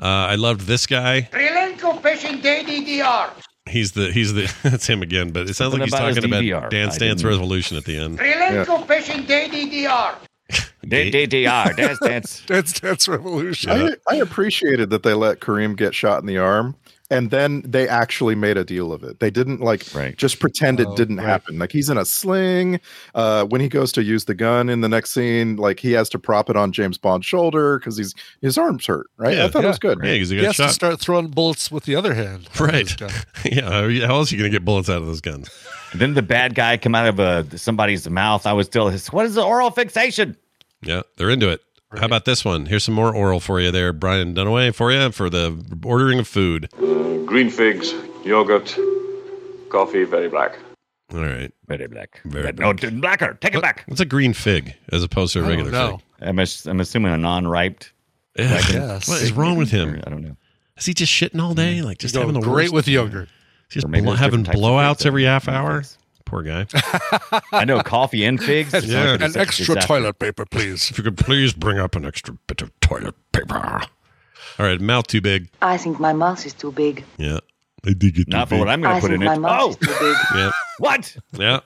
D: Uh, I loved this guy.
J: Relenko fishing DDR.
D: He's the he's the that's him again, but it sounds
E: Something
D: like he's
E: about his
D: talking about
E: DDR.
D: Dance
E: I
D: Dance
E: didn't-
D: Revolution at the end.
J: Relenko fishing DDR.
E: DDR, dance, dance.
F: That's that's revolution.
G: I, I appreciated that they let Kareem get shot in the arm, and then they actually made a deal of it. They didn't like
E: Right.
G: just pretend it
F: Oh,
G: didn't
F: right.
G: happen. Like he's in a sling. Uh, when he goes to use the gun in the next scene, like he has to prop it on James Bond's shoulder because he's his arms hurt. Right?
D: Yeah.
G: I thought it was good.
D: Yeah, because he
F: He
D: got
F: has
D: shot.
F: to start throwing bullets with the other hand. out of
D: Right.
F: his gun.
D: yeah, how are you- how else are you gonna get bullets out of those guns?
E: then the bad guy come out of uh, somebody's mouth. I was still, what is the oral fixation?
D: Yeah, they're into it. How about this one? Here's some more oral for you there, Brian Dunaway, for you for the ordering of food.
H: Green figs, yogurt, coffee, very black.
D: All right,
E: Very black.
D: Very
E: No, d- blacker. Take it back.
D: what's a green fig as opposed to a
F: I
D: regular
F: don't know.
E: I'm, ass- I'm assuming a non-ripe.
D: fig? Ugh,
F: guess.
D: What is wrong with him?
E: I don't know.
D: Is he just shitting all day? Like just
F: Go
D: having the
F: great
D: worst-
F: with yogurt.
D: just
E: Or maybe
D: blo-
E: there's
D: having
E: different types of
D: blowouts
E: figs
D: every
E: that-
D: half hour. Poor guy.
E: I know coffee and figs.
D: Yeah.
E: It's
F: An
E: a
F: extra
E: disaster.
F: toilet paper, please.
D: If you could please bring up an extra bit of toilet paper. All right, mouth too big.
I: I think my mouth is too big.
D: Yeah. I dig it.
E: Not for what I'm going
I: I
E: to put
I: think
E: in
I: my
E: it.
I: mouth
E: Oh,
I: is too big.
D: Yeah.
E: what?
D: Yeah.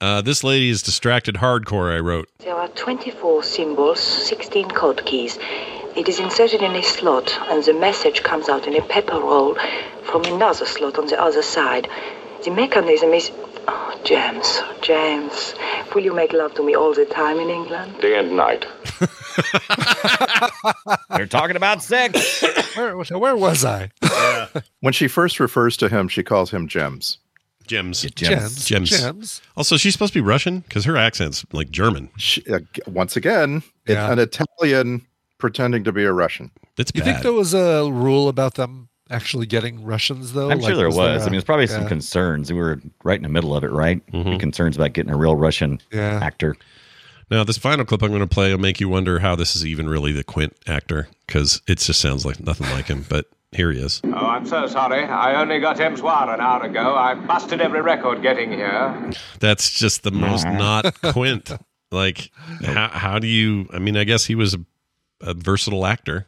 D: Uh, this lady is distracted hardcore, I wrote.
I: There are 24 symbols, 16 code keys. It is inserted in a slot, and the message comes out in a paper roll from another slot on the other side. The mechanism is. Oh, James, James, will you make love to me all the time in England?
H: Day and night.
E: They're talking about sex.
F: Where, where was I?
G: When she first refers to him, she calls him Gems.
D: Gems.
F: Gems.
D: Gems. Also, she's supposed to be Russian because her accent's like German.
G: She, uh, g- once again, it-
F: Yeah.
G: an Italian pretending to be a Russian.
D: That's
F: You
D: bad.
F: think there was a rule about them actually getting Russians
D: Oh,
F: though?
E: I'm sure
F: Like,
E: there was.
F: a-
E: I mean, there's probably some
F: yeah.
E: concerns. We were right in the middle of it, right?
D: Mhm.
E: Concerns about getting a real Russian
F: Yeah.
E: actor.
D: now, this final clip I'm going to play will make you wonder how this is even really the Quint actor because it just sounds like nothing like him. But here he is.
K: Oh, I'm so sorry. I only got Emswar an hour ago. I busted every record getting here.
D: That's just the most not Quint. Like, how, how do you? I mean, I guess he was a, a versatile actor.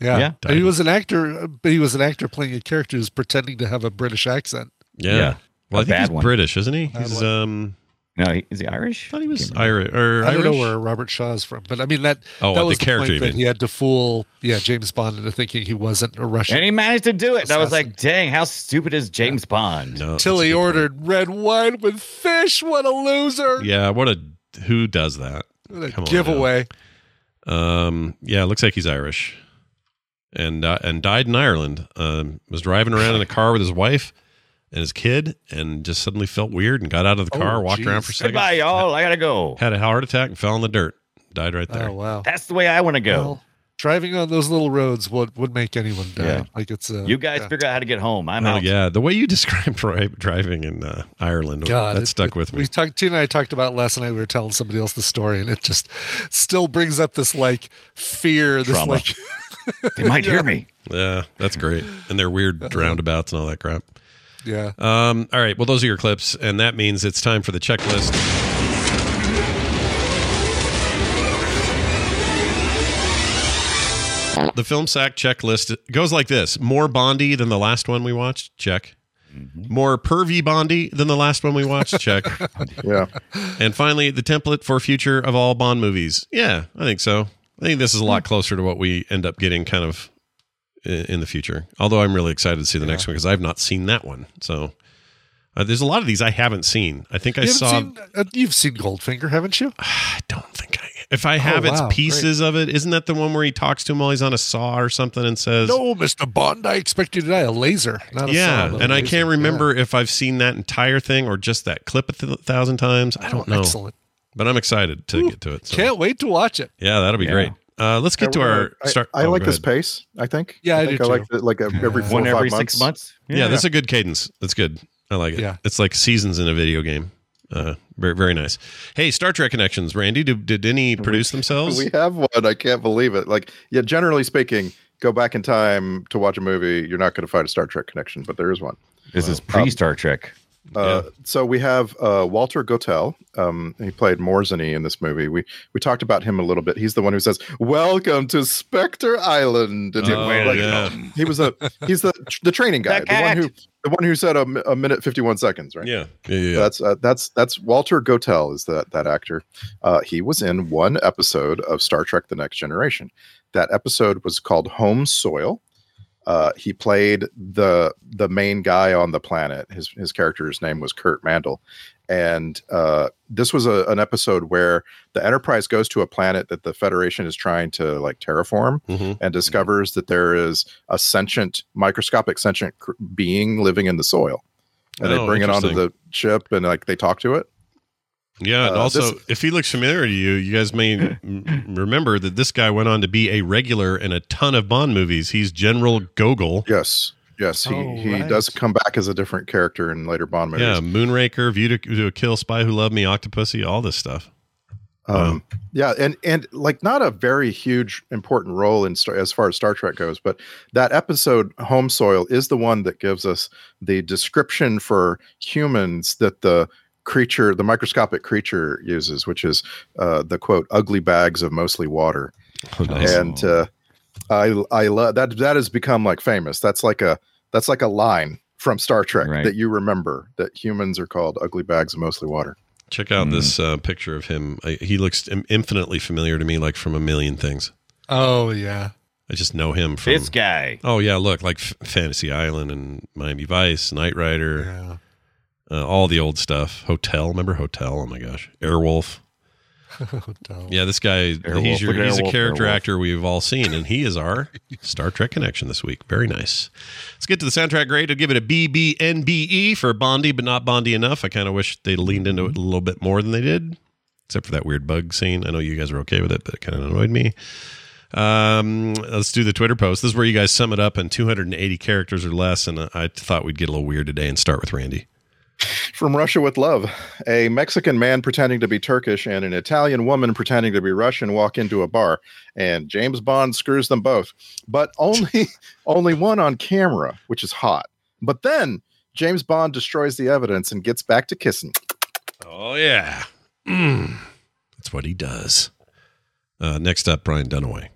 F: Yeah.
E: Yeah.
F: But he was an actor, but he was an actor playing a character who's pretending to have a British accent.
D: Yeah.
E: Yeah.
D: Well,
E: A
D: I think he's
E: bad one.
D: British, isn't he? he's
F: one.
D: um.
E: No, he, is he Irish?
D: I thought he was
E: Can't remember.
D: Irish or
F: I don't know
D: Irish.
F: where Robert Shaw's from, but I mean that.
D: Oh,
F: that
D: the
F: was
D: character you
F: point that
D: mean.
F: he had to fool, yeah, James Bond into thinking he wasn't a Russian
E: And he managed to do it. That was
F: Assassin.
E: like, dang, how stupid is James Bond?
D: No,
F: until
D: Oh, that's a
F: he
D: good
F: ordered red wine with fish. What a loser!
D: point. Yeah. What a who does that?
F: What a
D: Come on now.
F: giveaway.
D: Um. Yeah. It looks like he's Irish, and uh, and died in Ireland. Um. Was driving around in a car with his wife and his kid, and just suddenly felt weird and got out of the
F: Oh,
D: car, walked around
F: geez.
D: for a second,
E: Goodbye, y'all. I gotta go.
D: had a heart attack, and fell in the dirt. Died right there.
F: Oh wow.
E: That's the way I want to go.
F: Well, driving on those little roads would would make anyone die.
E: Yeah.
F: Like it's a
E: You guys
F: yeah.
E: figure out how to get home. I'm
D: Oh
E: out.
D: yeah, the way you described dri- driving in uh, Ireland
F: God,
D: that
F: it-
D: stuck
F: it-
D: with me.
F: We talked. Tina and I talked about it last night. We were telling somebody else the story, and it just still brings up this like fear, this
E: Trauma.
F: like
E: They might hear me.
D: Yeah, that's great. And they're weird roundabouts and all that crap.
F: Yeah.
D: Um, all right. Well, those are your clips, and that means it's time for the checklist. The film sack checklist goes like this: more Bondy than the last one we watched, check. More pervy Bondy than the last one we watched, check.
G: Yeah.
D: and finally, the template for future of all Bond movies. Yeah, I think so. I think this is a lot closer to what we end up getting, kind of i- in the future. Although I'm really excited to see the next one because I've not seen that one. So uh, there's a lot of these I haven't seen. I think I
F: You haven't
D: saw.
F: seen, uh, you've seen Goldfinger, haven't you?
D: I don't think I. If I have,
F: Oh, wow,
D: it's pieces of it. Isn't that the one where he talks to him while he's on a saw or something and says,
F: No, Mr. Bond, I expect you to die a laser, not a
D: yeah,
F: saw, but a
D: and I
F: laser.
D: can't
F: Yeah.
D: remember if I've seen that entire thing or just that clip a th- thousand times. I don't know.
F: Oh, Excellent.
D: But I'm excited to get to it. so-
F: Can't wait to watch it.
D: Yeah, that'll be
E: Yeah.
D: great. Uh, let's get to our
G: I,
D: start.
G: I
D: oh,
G: like
D: go
G: this
D: ahead.
G: pace. I think.
F: Yeah, I do
G: think I
F: too.
G: like the, like a, every four
E: One
G: or five
E: every
G: months.
E: six months.
D: Yeah, that's a good cadence. That's good. I like it.
F: Yeah.
D: It's like seasons in a video game. Uh, very, very nice. Hey, Star Trek connections, Randy. Did, did any produce themselves?
G: We have one. I can't believe it. Like, yeah. Generally speaking, go back in time to watch a movie. You're not going to find a Star Trek connection, but there is one.
E: This is pre Star Trek.
G: Uh,
D: Yeah.
G: so we have uh, Walter Gottel. Um, he played Morzani in this movie. We we talked about him a little bit. He's the one who says, "Welcome to Spectre Island." And he-
D: Oh,
G: like,
D: yeah.
G: He was a he's the the training guy,
E: The
G: the one who
E: cat.
G: the one who said a, mi- a minute fifty one seconds, right?
D: yeah. Yeah. Yeah.
G: That's uh, that's that's Walter Gotell is that that actor. Uh, he was in one episode of Star Trek: The Next Generation. That episode was called Home Soil. Uh, he played the the main guy on the planet. His his character's name was Kurt Mandel, and uh, this was a, an episode where the Enterprise goes to a planet that the Federation is trying to like terraform,
D: hmm
G: and discovers that there is a sentient, microscopic sentient cr- being living in the soil. And
D: Oh,
G: they bring it onto
D: interesting.
G: the ship and like they talk to it.
D: Yeah, and
G: Uh,
D: also,
G: this-
D: if he looks familiar to you, you guys may m- remember that this guy went on to be a regular in a ton of Bond movies. He's General Gogol.
G: Yes. Yes. He,
F: Oh,
G: he
F: right.
G: does come back as a different character in later Bond movies.
D: Yeah, Moonraker, View to, to a Kill, Spy Who Loved Me, Octopussy, all this stuff.
G: Um, yeah, and and like not a very huge important role in Star, as far as Star Trek goes, but that episode Home Soil is the one that gives us the description for humans that the creature, the microscopic creature, uses, which is uh, the quote "ugly bags of mostly water." and uh, I I love that that has become like famous. That's like a that's like a line from Star Trek
E: Right.
G: that you remember that humans are called ugly bags of mostly water.
D: Check out this uh, picture of him. I, he looks im- infinitely familiar to me, like from a million things.
F: Oh yeah.
D: I just know him from.
E: This guy.
D: Oh, yeah, look, like F- Fantasy Island and Miami Vice, Knight Rider,
F: Yeah.
D: uh, all the old stuff. Hotel, remember Hotel? Oh my gosh. Airwolf.
F: Don't.
D: Yeah, this guy,
E: Airwolf.
D: he's, your,
E: Look at
D: he's a
E: Airwolf,
D: character
E: Airwolf.
D: actor we've all seen, and he is our Star Trek connection this week. Very nice. Let's get to the soundtrack grade. I'll give it a BBNBE E for Bondy, but not Bondy enough. I kind of wish they leaned into it a little bit more than they did, except for that weird bug scene. I know you guys were okay with it, but it kind of annoyed me. Um, let's do the Twitter post. This is where you guys sum it up in 280 characters or less, and I thought we'd get a little weird today and start with Randy.
G: From Russia with Love, a Mexican man pretending to be Turkish and an Italian woman pretending to be Russian walk into a bar, and James Bond screws them both, but only only one on camera, which is hot. But then James Bond destroys the evidence and gets back to kissing.
D: Oh yeah, Mm. that's what he does. Uh, next up, Brian Dunaway.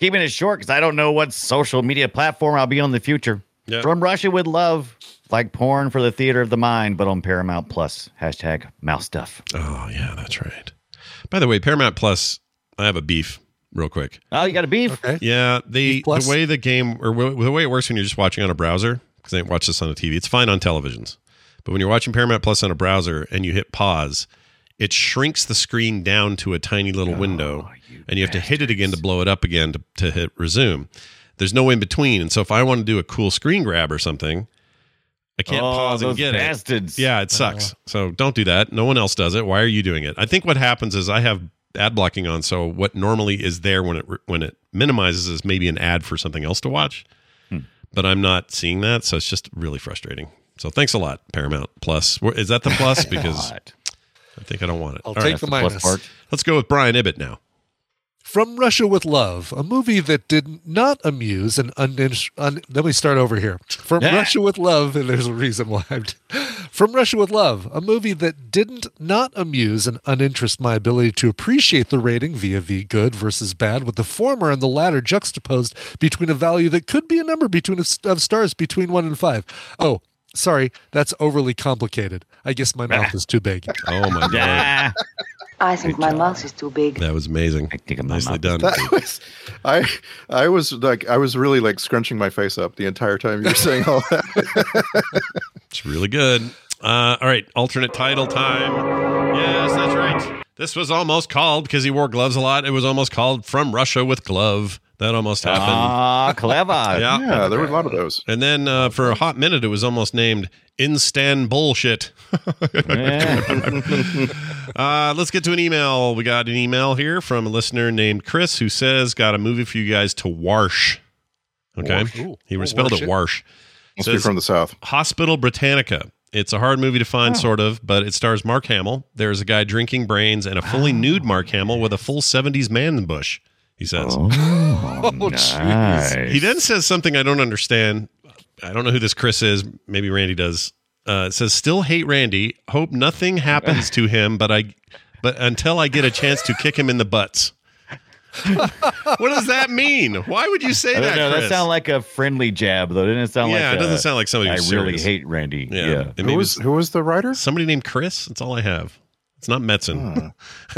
E: Keeping it short because I don't know what social media platform I'll be on in the future.
D: Yeah.
E: From Russia with love, like porn for the theater of the mind, but on Paramount Plus. Hashtag mouse stuff.
D: Oh yeah, that's right. By the way, Paramount Plus, I have a beef real quick.
E: Oh, you got a beef?
F: Okay.
D: Yeah, the
F: Beef Plus?
D: the way the game or w- the way it works when you're just watching on a browser because I didn't watch this on a TV. It's fine on televisions, but when you're watching Paramount Plus on a browser and you hit pause, it shrinks the screen down to a tiny little window, and you have to hit it again to blow it up again to, to hit resume. There's no in between, and so if I want to do a cool screen grab or something, I can't
E: oh,
D: pause
E: those
D: and get it.
E: bastards.
D: Yeah, it sucks. so don't do that. No one else does it. Why are you doing it? I think what happens is I have ad blocking on, so what normally is there when it when it minimizes is maybe an ad for something else to watch, but I'm not seeing that, so it's just really frustrating. So thanks a lot, Paramount Plus. Where- Is that the plus? Because
E: God.
D: I think I don't want it.
F: I'll
D: All
F: take
D: right,
F: the
E: Plus
F: minus.
E: part.
D: let's go with Brian Ibbett now.
F: From Russia with Love, a movie that did not amuse an uninterested. Un- Let me start over here. From
L: Yeah.
F: Russia with Love, and there's a reason why I'm. From Russia with Love, a movie that didn't not amuse and uninterest my ability to appreciate the rating via the good versus bad, with the former and the latter juxtaposed between a value that could be a number between of of stars between one and five. Oh, sorry, that's overly complicated. I guess my mouth is too big.
D: Oh my god,
I: I think my mouth is too big.
D: that was amazing. I
E: think
D: Nicely done.
G: That was, I I was like I was really like scrunching my face up the entire time you were saying all that.
D: It's really good. Uh, all right, alternate title time. Yes, that's right. This was almost called because he wore gloves a lot. It was almost called From Russia with Glove. That almost happened.
E: Ah, clever.
D: Yeah.
G: yeah, there were a lot of those.
D: And then uh, for a hot minute, it was almost named Instan Bullshit. uh, let's get to an email. We got an email here from a listener named Chris who says, Got a movie for you guys to wash. Okay.
G: Warsh. Ooh.
D: He
G: Oh,
D: spelled
G: warsh
D: it
G: it.
D: wash.
G: Must be from the south.
D: Hospital Britannica. It's a hard movie to find,
E: Oh.
D: sort of, but it stars Mark Hamill. There's a guy drinking brains and a fully
E: Oh.
D: nude Mark Hamill with a full 70s man bush, he says.
F: Oh, jeez.
D: He then says something I don't understand. I don't know who this Chris is. Maybe Randy does. Uh, it says, "Still hate Randy. Hope nothing happens to him, but I, but until I get a chance to kick him in the butts." what does that mean? Why would you say
E: I don't
D: that,
E: know,
D: Chris?
E: Oh, That sounded like a friendly jab, though. Didn't it sound
D: Yeah,
E: like
D: it doesn't
E: a,
D: sound like somebody
E: I
D: who's
E: really
D: serious.
E: hate Randy. Yeah.
D: it
G: Who
D: maybe
G: was who was the writer?
D: somebody named Chris. That's all I have. It's not Metzen.
G: Hmm.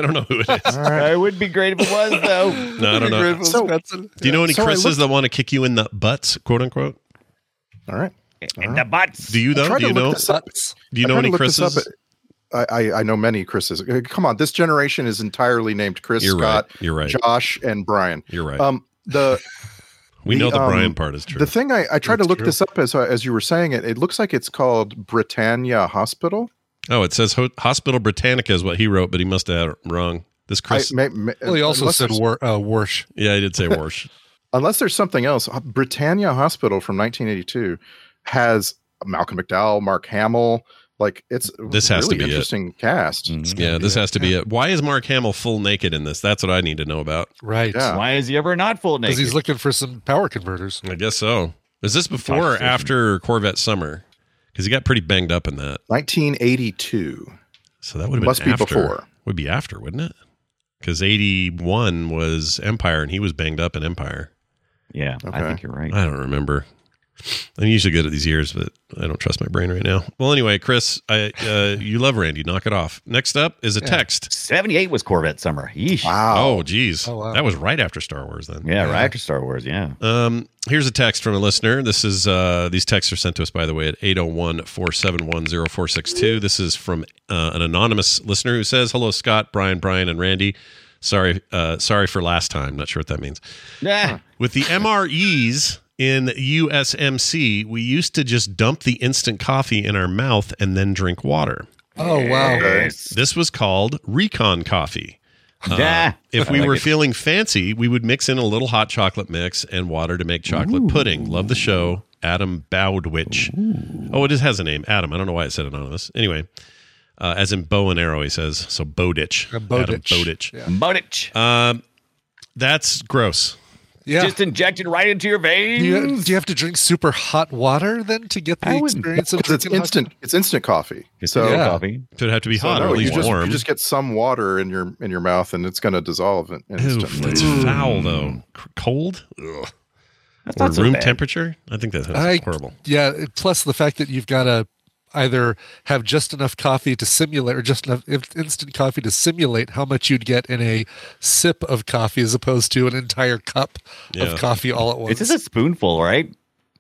D: I don't know who it is.
E: I would be great if it was, though.
D: No, I don't know.
G: So-
D: Do you know any
G: So I
D: Chris's
G: looked-
D: that want to kick you in the butts, quote unquote?
G: All right.
E: In the butts.
D: Do you though?
G: tried
D: Do you
G: to look
D: know?
G: this up.
D: Do you
G: I
D: know
G: tried to
D: any
G: look this
D: Chris's?
G: up. I, I I know many Chris's. Uh, Come on, this generation is entirely named Chris,
D: You're right.
G: Scott,
D: You're right.
G: Josh, and Brian.
D: You're right.
G: Um, the
D: We know the
G: um,
D: Brian part is true.
G: The thing I, I tried to look this up as uh, as you were saying it. It looks like it's called Britannia Hospital.
D: Oh, it says Ho- Hospital Britannica is what he wrote, but he must have had it wrong. This
G: I,
D: Chris,
G: may, may,
F: Well, he also
G: unless
F: said
G: there's-
F: wor- uh, Warsh.
D: yeah, he did say Warsh.
G: unless there's something else, uh, Britannia Hospital from 1982 has Malcolm McDowell, Mark Hamill. Like it's a
D: This has to be
G: really
D: it. Mm.
G: interesting cast.
E: Mm-hmm.
D: yeah, this has to be it. Why is Mark Hamill full naked in this? That's what I need to know about.
F: Right.
G: Yeah.
E: Why is he ever not full
F: Because
E: naked?
F: he's looking for some power converters.
D: I guess so. Is this before or
E: decision.
D: after Corvette Summer? Because he got pretty banged up in that.
G: 1982.
D: So that would have
G: Must
D: been
G: be
D: after.
G: before.
D: Would be after, wouldn't it? Because eighty one was Empire, and he was banged up in Empire.
E: yeah, I
G: Okay.
E: think you're right.
D: I don't remember. I'm usually good at these years, but I don't trust my brain right now. Well, anyway, Chris, I uh, you love Randy. Knock it off. Next up is a text.
E: 78 was Corvette Summer. Yeesh.
G: Wow.
D: Oh, geez.
F: Oh, wow.
D: That was right after Star Wars then.
E: Yeah, right after Star Wars. Yeah.
D: Um, here's a text from a listener. This is uh, these texts are sent to us by the way at 801-471-0462. This is from uh, an anonymous listener who says, "Hello Scott, Brian, Brian and Randy. Sorry uh, sorry for last time. Not sure what that means.
E: Yeah.
D: With the MREs in USMC, we used to just dump the instant coffee in our mouth and then drink water.
F: Oh, wow.
D: This was called recon coffee.
E: Yeah.
D: If
E: I
D: we
E: like
D: were
E: it.
D: feeling fancy, we would mix in a little hot chocolate mix and water to make chocolate pudding. Love the show. Adam Bowdwitch. Oh, it just has a name. Adam. I don't know why it said anonymous. Anyway, uh, as in bow and arrow, he says. So Bowditch.
F: Uh, Bowditch.
D: Adam Bowditch.
F: Yeah.
E: Modich.
D: Um, that's gross.
F: Yeah.
E: Just injected right into your veins.
F: do, you, do you have to drink super hot water then to get the
E: I wouldn't-
F: experience of
G: Because it's
F: drinking hot-
G: instant. It's instant coffee. So.
F: Yeah.
E: coffee.
D: So it'd have to be
G: so
D: hot or
G: Oh, no,
D: at
G: you
D: least
G: just,
D: warm.
G: you just get some water in your in your mouth and it's going to dissolve in-
D: Oof,
G: instantly.
D: that's foul
F: Mm.
D: though. C- Cold? Ugh.
E: That's
D: Or
E: not so
D: room
E: bad.
D: temperature? I think that's
F: I-
D: horrible.
F: Yeah. Plus the fact that you've got to either have just enough coffee to simulate or just enough in- instant coffee to simulate how much you'd get in a sip of coffee as opposed to an entire cup
D: Yeah.
F: of coffee all at
E: It's
F: once.
E: just a spoonful, right?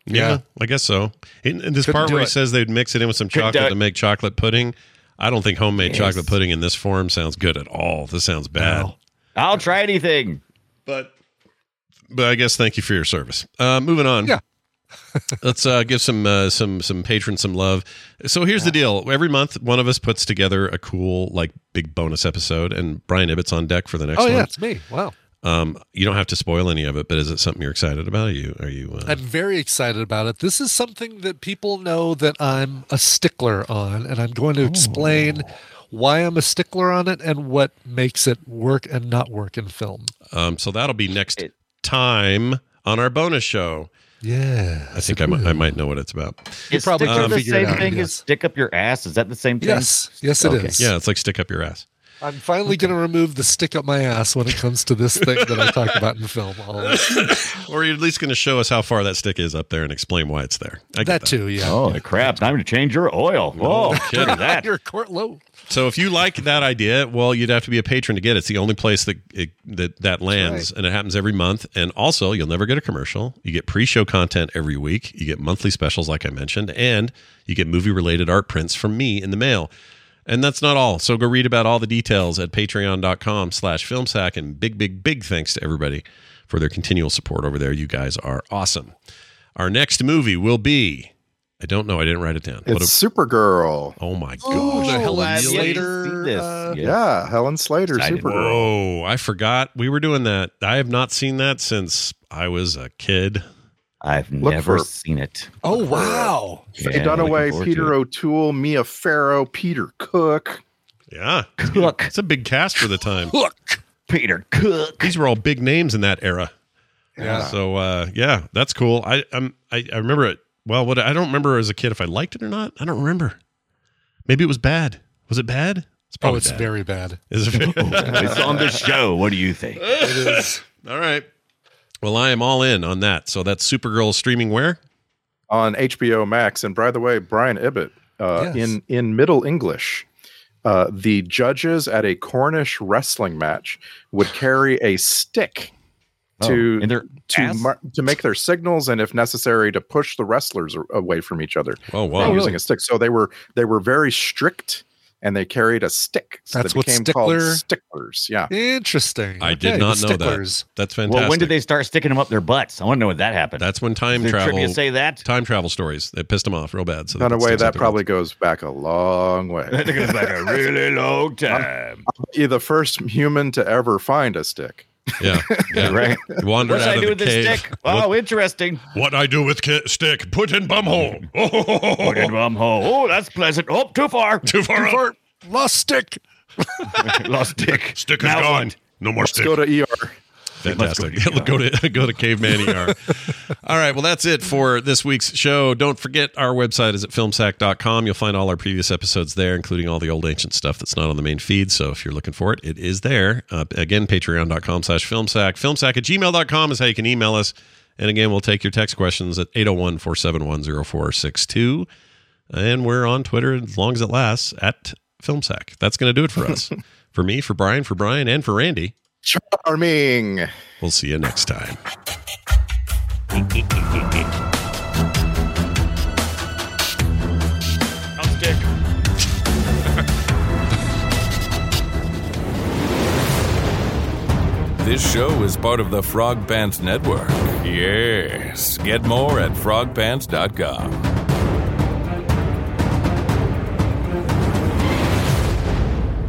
D: Yeah,
F: Yeah.
D: I guess so. In, in this
F: Couldn't
D: part
F: do
D: where he
F: it.
D: says they'd mix it in with some
E: Couldn't do
D: chocolate to
E: it.
D: make chocolate pudding, I don't think homemade
E: Yes.
D: chocolate pudding in this form sounds good at all. This sounds bad.
E: I'll try anything.
D: But but I guess thank you for your service. Uh, moving on.
F: Yeah.
D: Let's uh, give some uh, some some patrons some love. So here's the deal: every month, one of us puts together a cool like big bonus episode, and Brian Ibbett's on deck for the next
F: oh,
D: one.
F: yeah. It's me. Wow.
D: Um, you don't have to spoil any of it, but is it something you're excited about? Are you are you? Uh,
F: I'm very excited about it. This
D: Oh.
F: is something that people know that I'm a stickler on, and I'm going to explain why I'm a stickler on it and what makes it work and not work in film.
D: Um, so that'll be next time on our bonus show.
F: Yeah.
D: I think I might, I might know what it's about.
E: Is probably sticker the same thing as stick up your ass? Is that the same thing?
F: Yes. Yes, it
E: Okay.
F: is.
D: Yeah, it's like stick up your ass.
F: I'm finally going to remove the stick up my ass when it comes to this thing that I talk about in film. All
D: or you're at least going to show us how far that stick is up there and explain why it's there. I get
F: that too, yeah.
D: Oh.
E: Holy Oh, crap! Time to change your oil. Whoa!
D: kidding.
E: Oh, that.
F: Your court low.
D: So if you like that idea, well, you'd have to be a patron to get it. It's the only place that it, that, that lands, and it happens every month. And also, you'll never get a commercial. You get pre-show content every week. You get monthly specials, like I mentioned, and you get movie-related art prints from me in the mail. And that's not all. So go read about all the details at patreon.com slash filmsack. And big, big, big thanks to everybody for their continual support over there. You guys are awesome. Our next movie will be... I don't know. I didn't write it down. What
G: It's Supergirl.
D: a- oh my gosh.
F: the Helen
E: I've yet to
F: Slater.
E: see this.
F: uh,
E: Yeah.
G: Yeah, Helen Slater,
E: Excited.
G: Supergirl.
D: Oh, I forgot we were doing that. I have not seen that since I was a kid.
E: I've
G: Look
E: never
G: for-
E: seen it.
F: oh, wow.
E: Yeah, looking
G: Faye Dunaway,
E: forward
G: Peter
E: to it.
G: O'Toole, Mia Farrow, Peter Cook.
D: Yeah.
E: Cook,
D: It's a big cast for the time.
F: Hook.
E: Peter Cook.
D: These were all big names in that era.
F: Yeah.
D: So uh, yeah, that's cool. I um I, I remember it. Well, what I don't remember as a kid if I liked it or not. I don't remember. Maybe it was bad. Was it bad? It's
F: Oh, it's
D: bad.
F: very bad.
D: Is it
E: It's on the show. What do you think?
F: It is.
D: all right. Well, I am all in on that. So that's Supergirl streaming where?
G: on HBO Max. And by the way, Brian Ibbett uh,
F: Yes.
G: in in Middle English. Uh, the judges at a Cornish wrestling match would carry a stick to
E: Oh, in their
G: to
E: ass?
G: mar- to make their signals and, if necessary, to push the wrestlers a- away from each other
D: Oh
G: by
D: wow.
G: using a stick. So they were they were very strict, and they carried a stick. So
F: That's
G: they
F: what
G: became
F: stickler-
G: called sticklers. Yeah,
F: Interesting.
D: I did
F: Okay,
D: not
F: the
D: know that.
F: sticklers.
D: That's fantastic.
E: Well, when did they start sticking them up their butts? I want to know when that happened.
D: That's when time
E: Did
D: travel.
E: trivia say that?
D: time travel stories that pissed him off real bad. So they
G: in a
D: put
G: way
D: sticks
G: that
D: up their
G: probably goes back a long
E: I
G: way.
E: think it was like a really long time.
G: You're the first human to ever find a stick.
D: Yeah, yeah.
E: Right.
D: He Wandered
E: What's
D: out
E: I
D: of
E: do
D: the
E: with
D: cave.
E: this stick? Oh, interesting.
D: What, what I do with ki- stick? Put in bumhole.
E: Put it in
D: Oh,
E: bum hole. Oh, that's pleasant. Oh, too far.
D: too far up.
F: Or lost stick.
E: Lost dick.
D: Stick is
E: Now
D: gone.
E: what?
D: No more
G: Let's go
D: stick.
G: to ER.
D: Fantastic. Go to go to caveman ER. All right. Well, that's it for this week's show. Don't forget our website is at filmsack.com. You'll find all our previous episodes there, including all the old ancient stuff that's not on the main feed. So if you're looking for it, it is there. Uh, again, patreon.com slash filmsack. Filmsack at gmail.com is how you can email us. And again, we'll take your text questions at 801 471 0462. And we're on Twitter as long as it lasts at filmsack. That's going to do it for us. for me, for Brian, for Brian, and for Randy.
G: Charming.
D: We'll see you next time.
E: Lost dick.
C: This show is part of the Frog Pants Network. Yes. Get more at frogpants.com.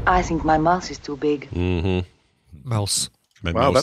I: I think my mouth is too big.
D: Mm-hmm.
F: Mouse.
G: Wow, that's